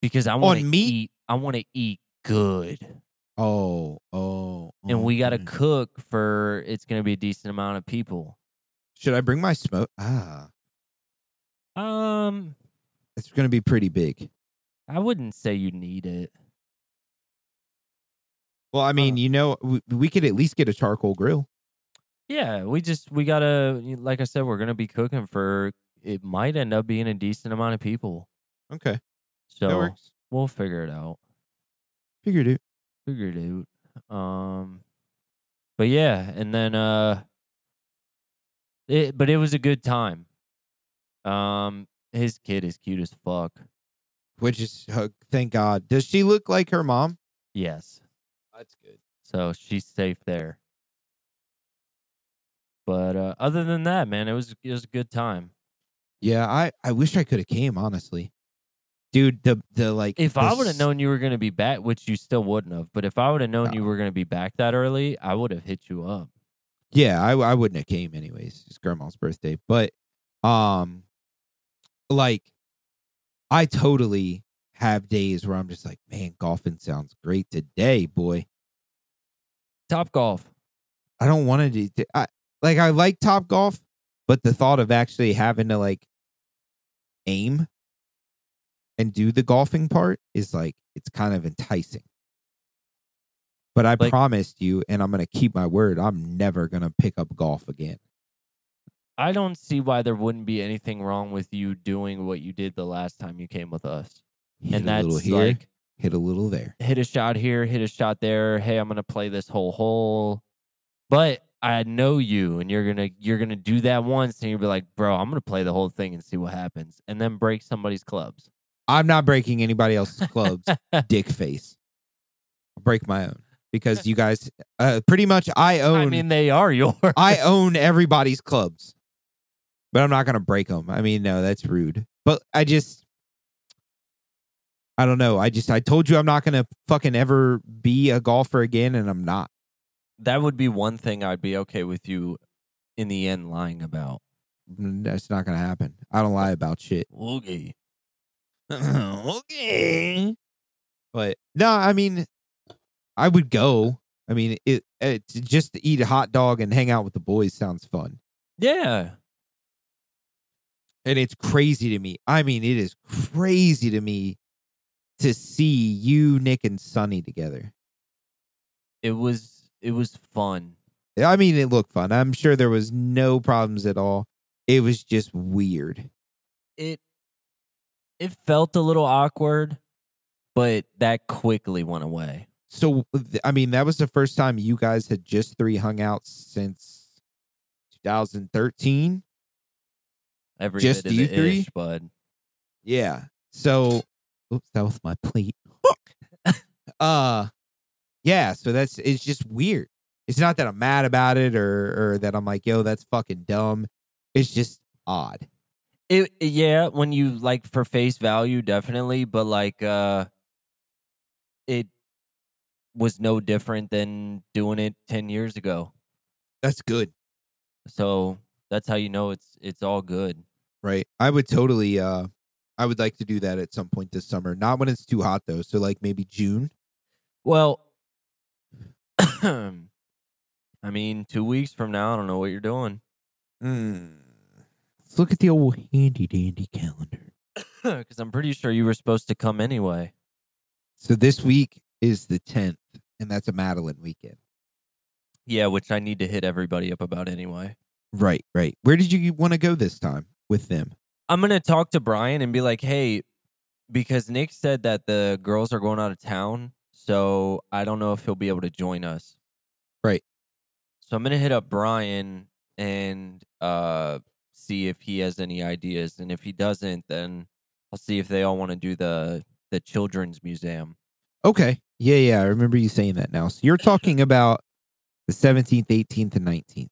[SPEAKER 2] because i want to
[SPEAKER 1] On meat?
[SPEAKER 2] eat i want to eat good
[SPEAKER 1] Oh. Oh.
[SPEAKER 2] and
[SPEAKER 1] oh,
[SPEAKER 2] we got to
[SPEAKER 1] man.
[SPEAKER 2] cook for it's gonna be a decent amount of people
[SPEAKER 1] Should I bring my smoke? Ah,
[SPEAKER 2] um
[SPEAKER 1] it's going to be pretty big.
[SPEAKER 2] I wouldn't say you need it.
[SPEAKER 1] Well,
[SPEAKER 2] Uh.
[SPEAKER 1] I mean, you know, we, we could at least get a charcoal grill.
[SPEAKER 2] Yeah, we just we gotta like I said, we're gonna be cooking for it might end up being a decent amount of people.
[SPEAKER 1] Okay. That
[SPEAKER 2] So
[SPEAKER 1] works.
[SPEAKER 2] we'll figure it out.
[SPEAKER 1] Figured it.
[SPEAKER 2] Figure it out. Um but yeah, and then uh it but it was a good time. Um his kid is cute as fuck.
[SPEAKER 1] Which is uh, thank God. Does she look like her mom?
[SPEAKER 2] Yes.
[SPEAKER 1] That's good.
[SPEAKER 2] So she's safe there. But uh, other than that, man, it was it was a good time.
[SPEAKER 1] Yeah, I I wish I could have came honestly, dude. The the like
[SPEAKER 2] If
[SPEAKER 1] the
[SPEAKER 2] I would have
[SPEAKER 1] s-
[SPEAKER 2] known you were going to be back, which you still wouldn't have, but if I would have known
[SPEAKER 1] No.
[SPEAKER 2] you were going to be back that early, I would have hit you up.
[SPEAKER 1] yeah, I I wouldn't have came anyways. It's grandma's birthday, but um, like I totally have days where I'm just like, man, golfing sounds great today, boy.
[SPEAKER 2] Top golf.
[SPEAKER 1] I don't want to do. I like I like top golf, but the thought of actually having to like aim and do the golfing part is like it's kind of enticing. But I
[SPEAKER 2] Like-
[SPEAKER 1] promised you, and I'm gonna keep my word. I'm never gonna pick up golf again.
[SPEAKER 2] I don't see why there wouldn't be anything wrong with you doing what you did the last time you came with us.
[SPEAKER 1] Hit
[SPEAKER 2] and
[SPEAKER 1] a
[SPEAKER 2] that's
[SPEAKER 1] little here,
[SPEAKER 2] like
[SPEAKER 1] hit a little there.
[SPEAKER 2] hit a shot here, hit a shot there. Hey, I'm going to play this whole hole. But I know you and you're going to you're going to do that once and you'll be like, "Bro, I'm going to play the whole thing and see what happens." And then break somebody's clubs.
[SPEAKER 1] I'm not breaking anybody
[SPEAKER 2] [laughs]
[SPEAKER 1] else's clubs, dick face. I'll break my own
[SPEAKER 2] [laughs]
[SPEAKER 1] because you guys, uh, pretty much, I own.
[SPEAKER 2] I mean, they are [laughs] yours.
[SPEAKER 1] I own everybody's clubs, but I'm not going to break them. I mean, no, that's rude. But I just, I don't know. I just, I told you I'm not going to fucking ever be a golfer again, and I'm not.
[SPEAKER 2] that would be one thing I'd be okay with you in the end lying about.
[SPEAKER 1] That's not going to happen. I don't lie about shit.
[SPEAKER 2] Woogie. [clears throat]
[SPEAKER 1] okay. But no, I mean, I would go. I mean, it, it just to eat a hot dog and hang out with the boys sounds fun.
[SPEAKER 2] Yeah.
[SPEAKER 1] and it's crazy to me. I mean, it is crazy to me to see you, Nick, and Sonny together.
[SPEAKER 2] It was it was fun.
[SPEAKER 1] I mean, it looked fun. I'm sure there was no problems at all. It was just weird.
[SPEAKER 2] It it felt a little awkward, but that quickly went away.
[SPEAKER 1] So, th- I mean, that was the first time you guys had just three hung out since 2013.
[SPEAKER 2] Every
[SPEAKER 1] Just
[SPEAKER 2] bit of
[SPEAKER 1] you
[SPEAKER 2] it
[SPEAKER 1] three?
[SPEAKER 2] ish, bud.
[SPEAKER 1] Yeah. So, oops, that was my plate. [laughs] uh, yeah. So that's it's just weird. It's not that I'm mad about it or or that I'm like, yo, that's fucking dumb. It's just odd.
[SPEAKER 2] It yeah, when you like for face value, definitely, but like uh it was no different than doing it ten years ago.
[SPEAKER 1] That's good,
[SPEAKER 2] So that's how you know it's it's all good.
[SPEAKER 1] right? I would totally. uh I would like to do that at some point this summer. Not when it's too hot though. So like maybe June.
[SPEAKER 2] Well [clears throat] I mean, two weeks from now, I don't know what you're doing.
[SPEAKER 1] Let's look at the old handy dandy calendar.
[SPEAKER 2] [laughs] Because I'm pretty sure you were supposed to come anyway.
[SPEAKER 1] So this week is the tenth, and that's a Madeline weekend.
[SPEAKER 2] Yeah, which I need to hit everybody up about anyway.
[SPEAKER 1] Right, right. Where did you want to go this time with them?
[SPEAKER 2] I'm gonna talk to Brian and be like, hey, because Nick said that the girls are going out of town, so I don't know if he'll be able to join us.
[SPEAKER 1] Right.
[SPEAKER 2] So I'm gonna hit up Brian and uh see if he has any ideas. And if he doesn't, then I'll see if they all wanna do the the children's museum.
[SPEAKER 1] Okay. Yeah, yeah. I remember you saying that now. So you're talking about the 17th, 18th, and 19th.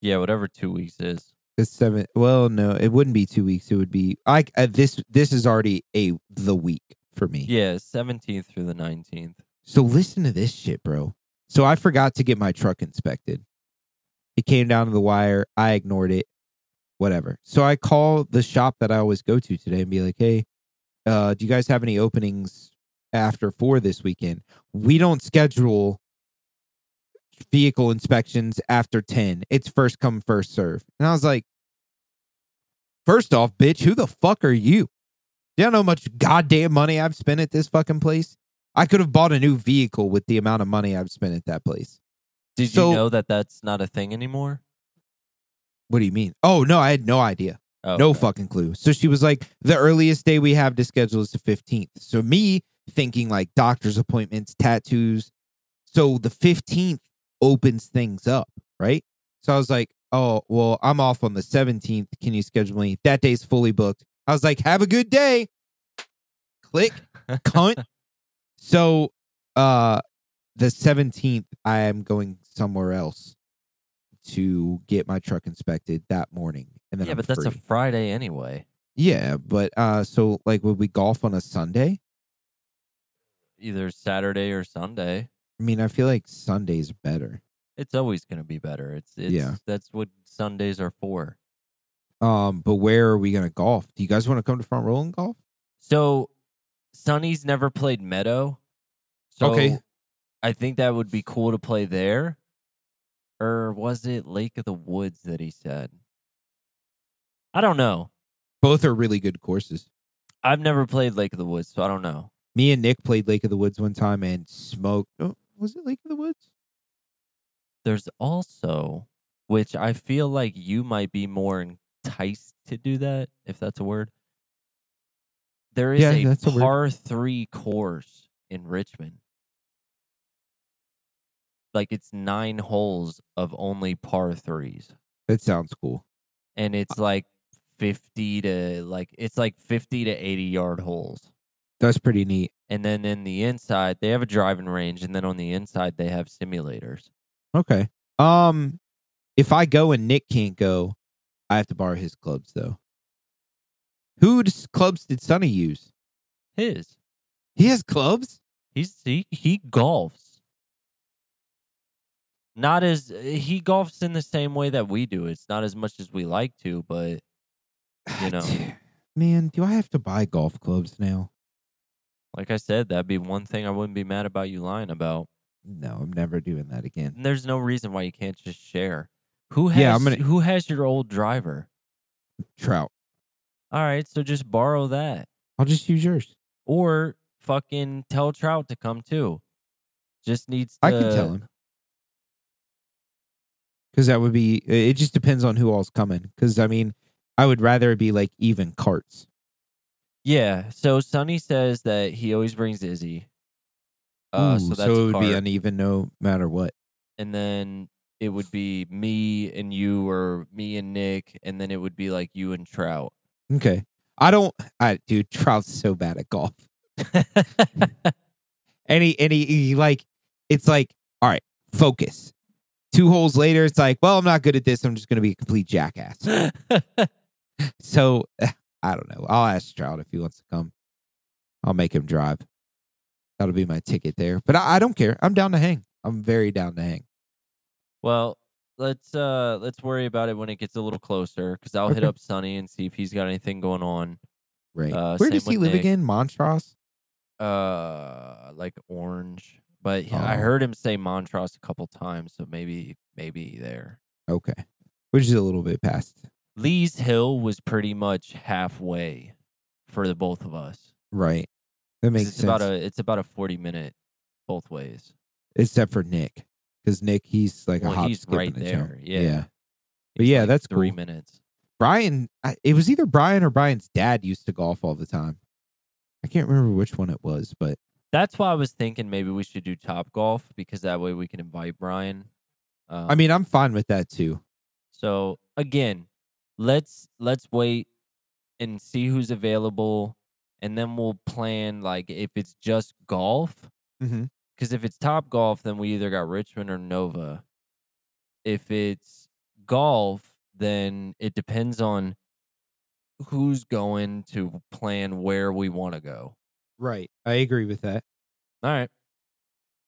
[SPEAKER 2] Yeah, whatever two weeks is.
[SPEAKER 1] It's seven. Well, no, it wouldn't be two weeks. It would be I. Uh, this this is already a the week for me.
[SPEAKER 2] Yeah, seventeenth through the nineteenth.
[SPEAKER 1] So listen to this shit, bro. So I forgot to get my truck inspected. It came down to the wire. I ignored it. Whatever. So I call the shop that I always go to today and be like, hey, uh, do you guys have any openings after four this weekend? We don't schedule vehicle inspections after 10. It's first come, first serve. And I was like, first off, bitch, who the fuck are you? You don't know how much goddamn money I've spent at this fucking place. I could have bought a new vehicle with the amount of money I've spent at that place.
[SPEAKER 2] Did
[SPEAKER 1] So-
[SPEAKER 2] you know that that's not a thing anymore?
[SPEAKER 1] What do you mean? Oh, no, I had no idea.
[SPEAKER 2] Oh,
[SPEAKER 1] No
[SPEAKER 2] okay.
[SPEAKER 1] fucking clue. So she was like, the earliest day we have to schedule is the 15th. So me thinking like doctor's appointments, tattoos. So the 15th opens things up, right? So I was like, oh, well, I'm off on the 17th. Can you schedule me? That day's fully booked. I was like, have a good day. Click,
[SPEAKER 2] [laughs]
[SPEAKER 1] cunt. So uh the 17th, I am going somewhere else to get my truck inspected that morning. And then
[SPEAKER 2] Yeah,
[SPEAKER 1] I'm
[SPEAKER 2] but that's
[SPEAKER 1] free.
[SPEAKER 2] a Friday anyway.
[SPEAKER 1] Yeah, but uh so like would we golf on a Sunday?
[SPEAKER 2] Either Saturday or Sunday.
[SPEAKER 1] I mean, I feel like Sunday's better.
[SPEAKER 2] It's always going to be better. It's, it's
[SPEAKER 1] Yeah.
[SPEAKER 2] That's what Sundays are for.
[SPEAKER 1] Um, but where are we gonna golf? Do you guys want to come to front row and golf?
[SPEAKER 2] So, Sonny's never played Meadow. So
[SPEAKER 1] Okay.
[SPEAKER 2] I think that would be cool to play there. Or was it Lake of the Woods that he said? I don't know.
[SPEAKER 1] Both are really good courses.
[SPEAKER 2] I've never played Lake of the Woods, so I don't know.
[SPEAKER 1] Me and Nick played Lake of the Woods one time and smoked. Oh, was it Lake of the Woods?
[SPEAKER 2] There's also, which I feel like you might be more enticed to do that, if that's a word. There is
[SPEAKER 1] Yeah,
[SPEAKER 2] a
[SPEAKER 1] that's a word.
[SPEAKER 2] par three course in Richmond. Like it's nine holes of only par threes.
[SPEAKER 1] That sounds cool. Uh
[SPEAKER 2] And it's like fifty to like it's like fifty to eighty yard holes.
[SPEAKER 1] That's pretty neat.
[SPEAKER 2] And then in the inside, they have a driving range, and then on the inside they have simulators.
[SPEAKER 1] Okay. Um, if I go and Nick can't go, I have to borrow his clubs though. Whose clubs did Sonny use?
[SPEAKER 2] His.
[SPEAKER 1] He has clubs.
[SPEAKER 2] He's he, he golfs. Not as he golfs in the same way that we do. It's not as much as we like to, but You know.
[SPEAKER 1] man, do I have to buy golf clubs now?
[SPEAKER 2] like I said, that'd be one thing I wouldn't be mad about you lying about.
[SPEAKER 1] No, I'm never doing that again.
[SPEAKER 2] And there's no reason why you can't just share. Who has
[SPEAKER 1] Yeah, I'm gonna-
[SPEAKER 2] who has your old driver? Mm.
[SPEAKER 1] Trout.
[SPEAKER 2] All right, so just borrow that
[SPEAKER 1] I'll just use yours.
[SPEAKER 2] or fucking tell Trout to come too. Just needs to
[SPEAKER 1] I can tell him. Because that would be, it just depends on who all's coming. Because, I mean, I would rather it be like even carts.
[SPEAKER 2] Yeah, so Sonny says that he always brings Izzy. Uh, so
[SPEAKER 1] Ooh,
[SPEAKER 2] that's
[SPEAKER 1] it would be
[SPEAKER 2] Carter.
[SPEAKER 1] uneven no matter what.
[SPEAKER 2] and then it would be me and you or me and Nick, and then it would be like you and Trout. [laughs]
[SPEAKER 1] Okay. I don't, I, dude, Trout's so bad at golf. And he, and he, he e, like, it's like, all right, focus. Two holes later, it's like, well, I'm not good at this. I'm just going to be a complete jackass. So eh, I don't know. I'll ask Stroud if he wants to come. I'll make him drive. That'll be my ticket there. But I, I don't care. I'm down to hang. I'm very down to hang.
[SPEAKER 2] Well, let's uh let's worry about it when it gets a little closer because I'll hit
[SPEAKER 1] Okay.
[SPEAKER 2] up Sonny and see if he's got anything going on.
[SPEAKER 1] Right.
[SPEAKER 2] Uh,
[SPEAKER 1] Where
[SPEAKER 2] same
[SPEAKER 1] does he
[SPEAKER 2] with
[SPEAKER 1] live
[SPEAKER 2] Nick.
[SPEAKER 1] again? Montrose?
[SPEAKER 2] Uh, like Orange, but he- I
[SPEAKER 1] Oh.
[SPEAKER 2] heard him say Montrose a couple times, so maybe maybe there.
[SPEAKER 1] Okay. Which is a little bit past.
[SPEAKER 2] Lee's Hill was pretty much halfway for the both of us.
[SPEAKER 1] Right. That
[SPEAKER 2] 'Cause
[SPEAKER 1] makes
[SPEAKER 2] it's
[SPEAKER 1] sense.
[SPEAKER 2] about a it's about a forty minute both ways.
[SPEAKER 1] Except for Nick. Because Nick, he's like a
[SPEAKER 2] well,
[SPEAKER 1] hop,
[SPEAKER 2] he's
[SPEAKER 1] skip,
[SPEAKER 2] right
[SPEAKER 1] and a
[SPEAKER 2] there.
[SPEAKER 1] jump.
[SPEAKER 2] Yeah.
[SPEAKER 1] But
[SPEAKER 2] He's
[SPEAKER 1] yeah,
[SPEAKER 2] like
[SPEAKER 1] that's
[SPEAKER 2] three
[SPEAKER 1] cool.
[SPEAKER 2] minutes.
[SPEAKER 1] Brian, I, it was either Brian or Brian's dad used to golf all the time. I can't remember which one it was, but
[SPEAKER 2] That's why I was thinking maybe we should do Top Golf because that way we can invite Brian. Um,
[SPEAKER 1] I mean, I'm fine with that too.
[SPEAKER 2] So again, let's let's wait and see who's available, and then we'll plan like if it's just golf.
[SPEAKER 1] Mhm.
[SPEAKER 2] Because if it's top golf, then we either got Richmond or Nova. If it's golf, then it depends on who's going to plan where we want to go.
[SPEAKER 1] Right. I agree with that.
[SPEAKER 2] All right.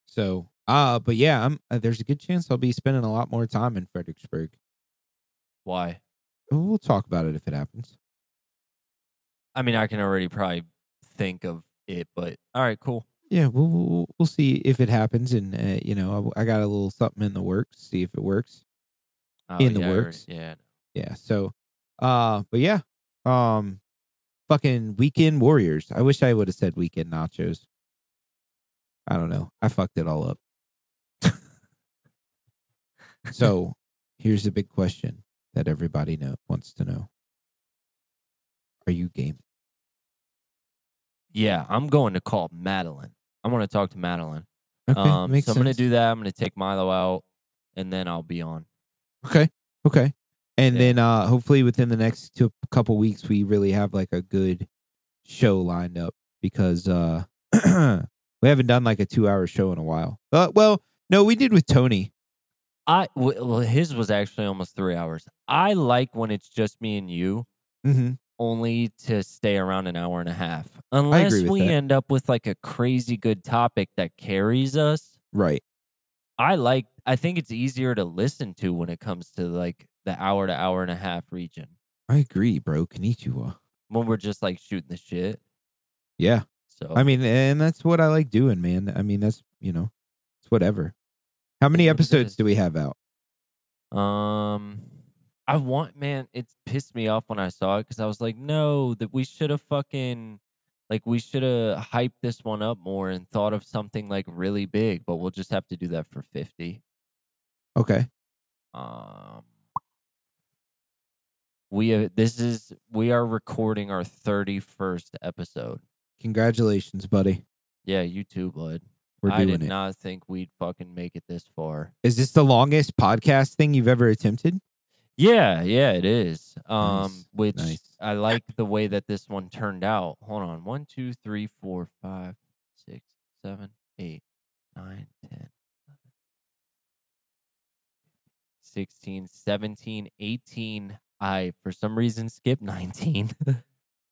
[SPEAKER 1] So, uh, but yeah, I'm, uh, there's a good chance I'll be spending a lot more time in Fredericksburg.
[SPEAKER 2] Why?
[SPEAKER 1] We'll talk about it if it happens.
[SPEAKER 2] I mean, I can already probably think of it, but all right, cool.
[SPEAKER 1] Yeah, we'll we'll, we'll see if it happens, and uh, you know, I, I got a little something in the works. See if it works.
[SPEAKER 2] Oh,
[SPEAKER 1] In the
[SPEAKER 2] yeah, I already-
[SPEAKER 1] works.
[SPEAKER 2] Yeah.
[SPEAKER 1] Yeah. So, uh, but yeah, um, fucking weekend warriors. I wish I would have said weekend nachos. I don't know. I fucked it all up. so, here's the big question that everybody know wants to know: Are you game? [laughs]
[SPEAKER 2] Yeah, I'm going to call Madeline. I want to talk to Madeline.
[SPEAKER 1] Okay,
[SPEAKER 2] um,
[SPEAKER 1] makes
[SPEAKER 2] so I'm going
[SPEAKER 1] sense.
[SPEAKER 2] to do that. I'm going to take Milo out, and then I'll be on.
[SPEAKER 1] Okay. Okay. And
[SPEAKER 2] Yeah.
[SPEAKER 1] then uh hopefully within the next two, couple weeks we really have like a good show lined up because uh [clears throat] we haven't done like a 2-hour show in a while. Uh, well, no, we did with Tony.
[SPEAKER 2] I w- well, his was actually almost three hours. I like when it's just me and you, Mm-hmm.
[SPEAKER 1] Mhm.
[SPEAKER 2] only to stay around an hour and a half, unless
[SPEAKER 1] with
[SPEAKER 2] we
[SPEAKER 1] that.
[SPEAKER 2] end up with like a crazy good topic that carries us.
[SPEAKER 1] Right.
[SPEAKER 2] I like. I think it's easier to listen to when it comes to like the hour to hour and a half region
[SPEAKER 1] I agree, bro. Konnichiwa.
[SPEAKER 2] when we're just like shooting the shit.
[SPEAKER 1] Yeah.
[SPEAKER 2] So
[SPEAKER 1] I mean, and that's what I like doing, man. I mean, that's, you know, it's whatever. How many
[SPEAKER 2] Is what it
[SPEAKER 1] episodes
[SPEAKER 2] is.
[SPEAKER 1] do we have out?
[SPEAKER 2] Um, I want, man, it pissed me off when I saw it because I was like, no, that we should have fucking, like, we should have hyped this one up more and thought of something like really big, but we'll just have to do that for 50.
[SPEAKER 1] Okay.
[SPEAKER 2] Um, we, uh, this is, we are recording our 31st episode.
[SPEAKER 1] Congratulations, buddy.
[SPEAKER 2] Yeah, you too, bud.
[SPEAKER 1] We're
[SPEAKER 2] I
[SPEAKER 1] doing
[SPEAKER 2] did
[SPEAKER 1] it. Is
[SPEAKER 2] not think we'd fucking make it this far.
[SPEAKER 1] this the longest podcast thing you've ever attempted?
[SPEAKER 2] Yeah, yeah, it is. Um,
[SPEAKER 1] Nice,
[SPEAKER 2] which
[SPEAKER 1] nice.
[SPEAKER 2] I like the way that this one turned out. Hold on, one, two, three, four, five, six, seven, eight, nine, ten, 16, 17, 18. I for some reason skipped [laughs] 19.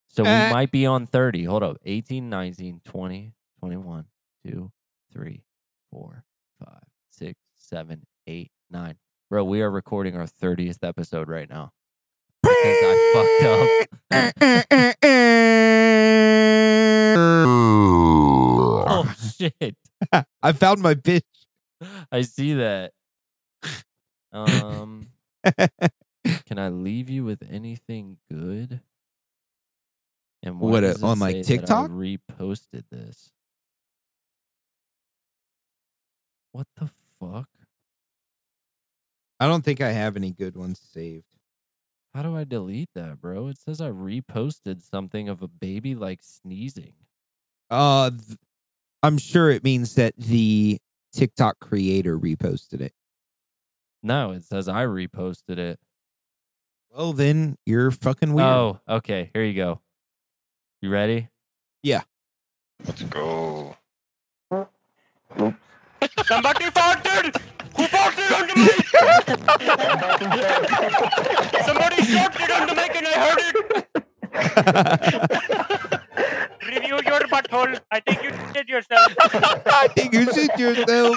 [SPEAKER 2] so we
[SPEAKER 1] Eh.
[SPEAKER 2] might be on 30. Hold up. 18, 19, 20, 21, 2, 3, 4, 5, 6, 7, 8, 9. Bro, we are recording our 30th episode right now. [laughs] Because I
[SPEAKER 1] [laughs] Eh.
[SPEAKER 2] fucked up. oh shit.
[SPEAKER 1] I found my bitch. [laughs]
[SPEAKER 2] I see that. Um Can I leave you with anything good? And why
[SPEAKER 1] What, uh,
[SPEAKER 2] does it
[SPEAKER 1] on, like,
[SPEAKER 2] say that I
[SPEAKER 1] TikTok?
[SPEAKER 2] reposted this. What the fuck?
[SPEAKER 1] I don't think I have any good ones saved.
[SPEAKER 2] How do I delete that, bro? It says I reposted something of a baby like sneezing.
[SPEAKER 1] Uh, th- I'm sure it means that the TikTok creator reposted it.
[SPEAKER 2] No, it says I reposted it.
[SPEAKER 1] Well, then you're fucking weird. [laughs]
[SPEAKER 2] Oh, okay. Here you go. You ready?
[SPEAKER 5] Let's
[SPEAKER 6] Oh.
[SPEAKER 5] go.
[SPEAKER 7] Somebody farted! Who farted onto me? Somebody shot it onto Mike and I heard it! Review your butthole. I think you did yourself.
[SPEAKER 1] [laughs] I think you should yourself.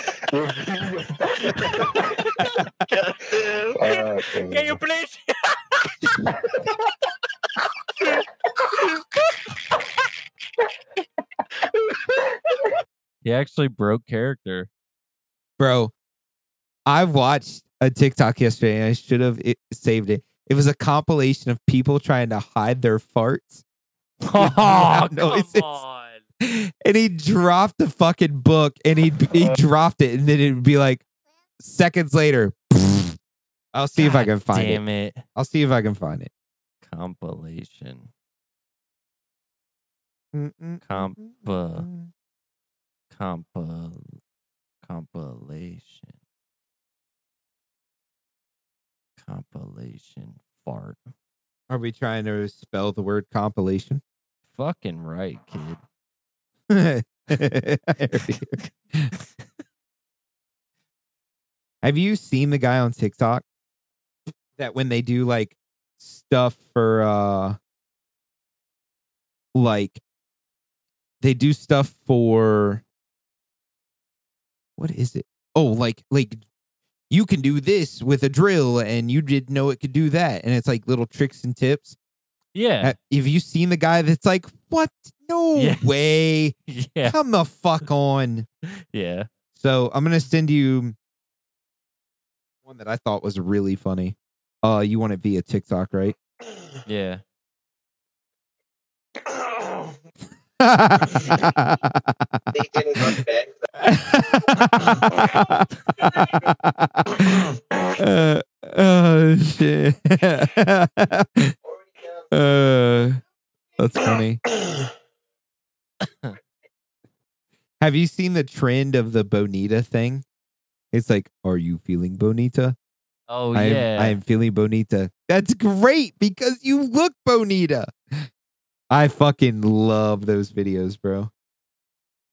[SPEAKER 5] Uh,
[SPEAKER 7] Can
[SPEAKER 6] [laughs]
[SPEAKER 7] you please?
[SPEAKER 2] He actually broke
[SPEAKER 1] [laughs]
[SPEAKER 2] character.
[SPEAKER 1] bro. I watched a TikTok yesterday, and I should have it, saved it. It was a compilation of people trying to hide their farts, [laughs]
[SPEAKER 2] Oh,
[SPEAKER 1] loud
[SPEAKER 2] come
[SPEAKER 1] noises.
[SPEAKER 2] on.
[SPEAKER 1] and he dropped the fucking book, and he he dropped it, and then it would be like seconds later. [laughs] I'll see if I
[SPEAKER 2] God
[SPEAKER 1] can find it.
[SPEAKER 2] Damn it.
[SPEAKER 1] I'll see if I can find it.
[SPEAKER 2] Compilation. Comp. Compil. Compilation. Compilation fart.
[SPEAKER 1] Are we trying to spell the word compilation? [laughs]
[SPEAKER 2] Fucking right, kid. [laughs]
[SPEAKER 1] Have you seen the guy on TikTok that when they do like stuff for uh like they do stuff for what is it? Oh, like like you can do this with a drill and you didn't know it could do that and it's like little tricks and tips.
[SPEAKER 2] Yeah.
[SPEAKER 1] Have have you seen the guy that's like, "What? No
[SPEAKER 2] Yeah. [laughs]
[SPEAKER 1] way.
[SPEAKER 2] Yeah.
[SPEAKER 1] Come the fuck on."
[SPEAKER 2] Yeah.
[SPEAKER 1] So I'm gonna send you one that I thought was really funny. Uh, you want it via TikTok, right? [laughs]
[SPEAKER 2] Yeah.
[SPEAKER 8] They didn't go to bed.
[SPEAKER 1] Uh, oh shit! uh, that's funny. Have you seen the trend of the bonita thing? It's like, are you feeling bonita?
[SPEAKER 2] Oh,
[SPEAKER 1] I,
[SPEAKER 2] yeah.
[SPEAKER 1] am, I am feeling bonita. That's great because you look bonita. I fucking love those videos, bro.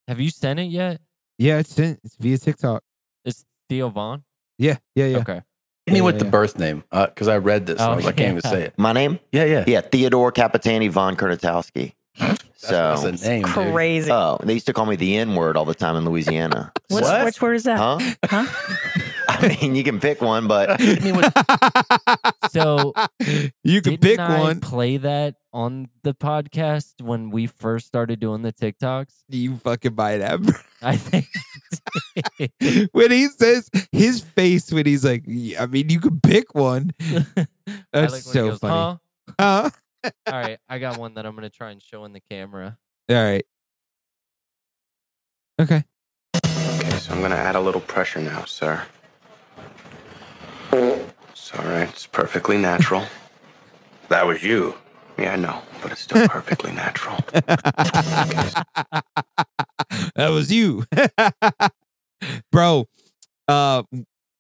[SPEAKER 2] Have you sent it yet?
[SPEAKER 1] Yeah, it's in, it's via TikTok.
[SPEAKER 2] It's Theo Vaughn?
[SPEAKER 1] Yeah, yeah, yeah.
[SPEAKER 2] Okay.
[SPEAKER 9] Hit me
[SPEAKER 1] Yeah,
[SPEAKER 9] with the
[SPEAKER 1] yeah.
[SPEAKER 9] birth name because I read this. and
[SPEAKER 2] Oh,
[SPEAKER 9] I was like, I can't even
[SPEAKER 2] yeah.
[SPEAKER 9] say it.
[SPEAKER 8] My name?
[SPEAKER 9] Yeah, yeah.
[SPEAKER 8] Yeah, Theodore Capitani von Kurnatowski.
[SPEAKER 9] That's,
[SPEAKER 8] So,
[SPEAKER 9] that's a name. dude.
[SPEAKER 10] Crazy.
[SPEAKER 8] oh, they used to call me the N word all the time
[SPEAKER 9] [laughs]
[SPEAKER 8] in Louisiana.
[SPEAKER 10] What's,
[SPEAKER 9] What?
[SPEAKER 10] Which word is that?
[SPEAKER 8] Huh?
[SPEAKER 10] Huh?
[SPEAKER 1] [laughs]
[SPEAKER 8] I mean, you can pick
[SPEAKER 9] [laughs]
[SPEAKER 8] one, but
[SPEAKER 9] Hit me with
[SPEAKER 1] [laughs]
[SPEAKER 2] So,
[SPEAKER 1] you can
[SPEAKER 2] Didn't
[SPEAKER 1] pick
[SPEAKER 2] I
[SPEAKER 1] one.
[SPEAKER 2] play that on the podcast when we first started doing the TikToks?
[SPEAKER 1] You fucking buy that. bro.
[SPEAKER 2] I think. I did.
[SPEAKER 1] when he says his face when he's like, "Yeah, I mean, you can pick one.
[SPEAKER 2] [laughs] I
[SPEAKER 1] That's
[SPEAKER 2] like when he
[SPEAKER 1] so
[SPEAKER 2] goes,
[SPEAKER 1] funny.
[SPEAKER 2] "Huh?"
[SPEAKER 1] Huh?
[SPEAKER 2] All right, I got one that I'm gonna try and show in the camera.
[SPEAKER 1] All right. Okay.
[SPEAKER 6] Okay, so I'm gonna add a little pressure now, sir. It's all right. It's perfectly natural. that was you. Yeah, I know, but it's still perfectly natural.
[SPEAKER 1] [laughs] that was you. [laughs] Bro, uh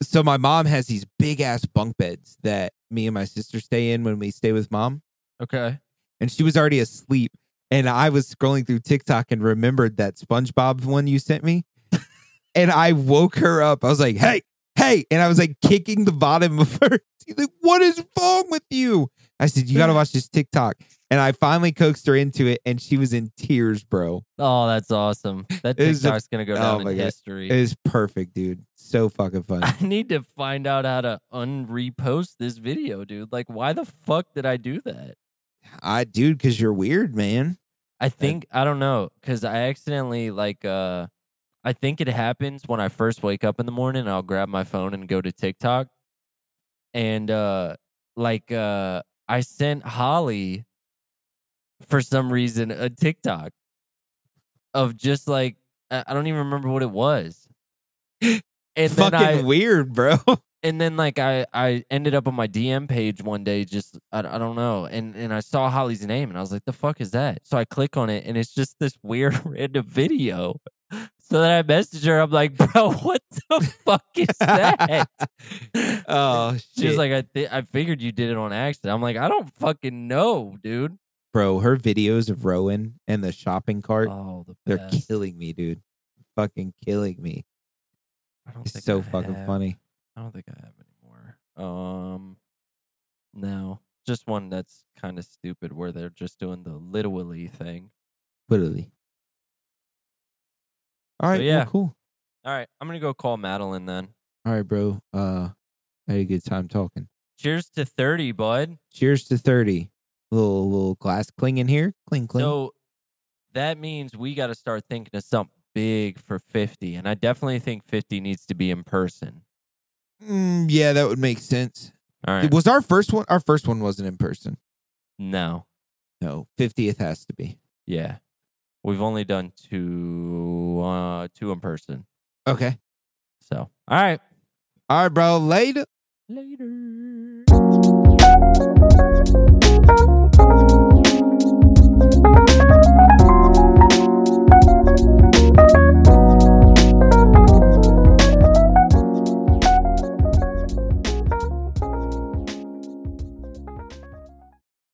[SPEAKER 1] so my mom has these big ass bunk beds that me and my sister stay in when we stay with mom,
[SPEAKER 2] Okay.
[SPEAKER 1] and she was already asleep. And I was scrolling through TikTok and remembered that SpongeBob one you sent [laughs] me. and I woke her up. I was like, hey, hey. And I was like kicking the bottom of her. [laughs] She's like, what is wrong with you? I said, you got to watch this TikTok. And I finally coaxed her into it, and she was in tears, bro.
[SPEAKER 2] Oh, that's awesome. That
[SPEAKER 1] It was a-
[SPEAKER 2] TikTok's gonna go
[SPEAKER 1] oh
[SPEAKER 2] down
[SPEAKER 1] my
[SPEAKER 2] in
[SPEAKER 1] God.
[SPEAKER 2] history.
[SPEAKER 1] It is perfect, dude. So fucking
[SPEAKER 2] [laughs]
[SPEAKER 1] fun.
[SPEAKER 2] I need to find out how to unrepost this video, dude. Like, why the fuck did I do that?
[SPEAKER 1] [laughs] I dude, because you're weird, man.
[SPEAKER 2] I think I don't know because I accidentally like uh, I think it happens when I first wake up in the morning. I'll grab my phone and go to TikTok, and uh, like uh, I sent Holly for some reason a TikTok of just like I I don't even remember what it was, [gasps] and then
[SPEAKER 1] fucking
[SPEAKER 2] I
[SPEAKER 1] weird, bro.
[SPEAKER 2] and then like I I ended up on my DM page one day just I, I don't know and and I saw Holly's name and I was like the fuck is that so I click on it and it's just this weird [laughs] random video so then I messaged her I'm like bro [laughs] what the fuck is
[SPEAKER 1] [laughs]
[SPEAKER 2] that
[SPEAKER 1] oh
[SPEAKER 2] she was
[SPEAKER 1] shit.
[SPEAKER 2] like I th- I figured you did it on accident I'm like I don't fucking know dude
[SPEAKER 1] bro, her videos of Rowan and the shopping cart,
[SPEAKER 2] oh the
[SPEAKER 1] they're
[SPEAKER 2] best.
[SPEAKER 1] killing me, dude. Fucking killing me.
[SPEAKER 2] I don't
[SPEAKER 1] It's
[SPEAKER 2] think
[SPEAKER 1] so
[SPEAKER 2] I
[SPEAKER 1] fucking
[SPEAKER 2] have-
[SPEAKER 1] funny.
[SPEAKER 2] I don't think I have anymore um no just one that's kind of stupid where they're just doing the literally thing.
[SPEAKER 1] Literally. All right. well,
[SPEAKER 2] yeah.
[SPEAKER 1] cool.
[SPEAKER 2] All right, I'm gonna go call Madeline then.
[SPEAKER 1] All right, bro. Uh, had a good time talking.
[SPEAKER 2] Cheers to thirty, bud.
[SPEAKER 1] Cheers to thirty. Little little glass clinging here. Cling cling.
[SPEAKER 2] So that means we got to start thinking of something big for 50. And I definitely think 50 needs to be in person.
[SPEAKER 1] Mm, yeah, that would make sense.
[SPEAKER 2] All right.
[SPEAKER 1] Was our first one? Our first one wasn't in person.
[SPEAKER 2] no.
[SPEAKER 1] No, fiftieth has to be.
[SPEAKER 2] Yeah. We've only done two uh two in person.
[SPEAKER 1] Okay.
[SPEAKER 2] So, all right.
[SPEAKER 1] All right, bro. Later.
[SPEAKER 2] Later.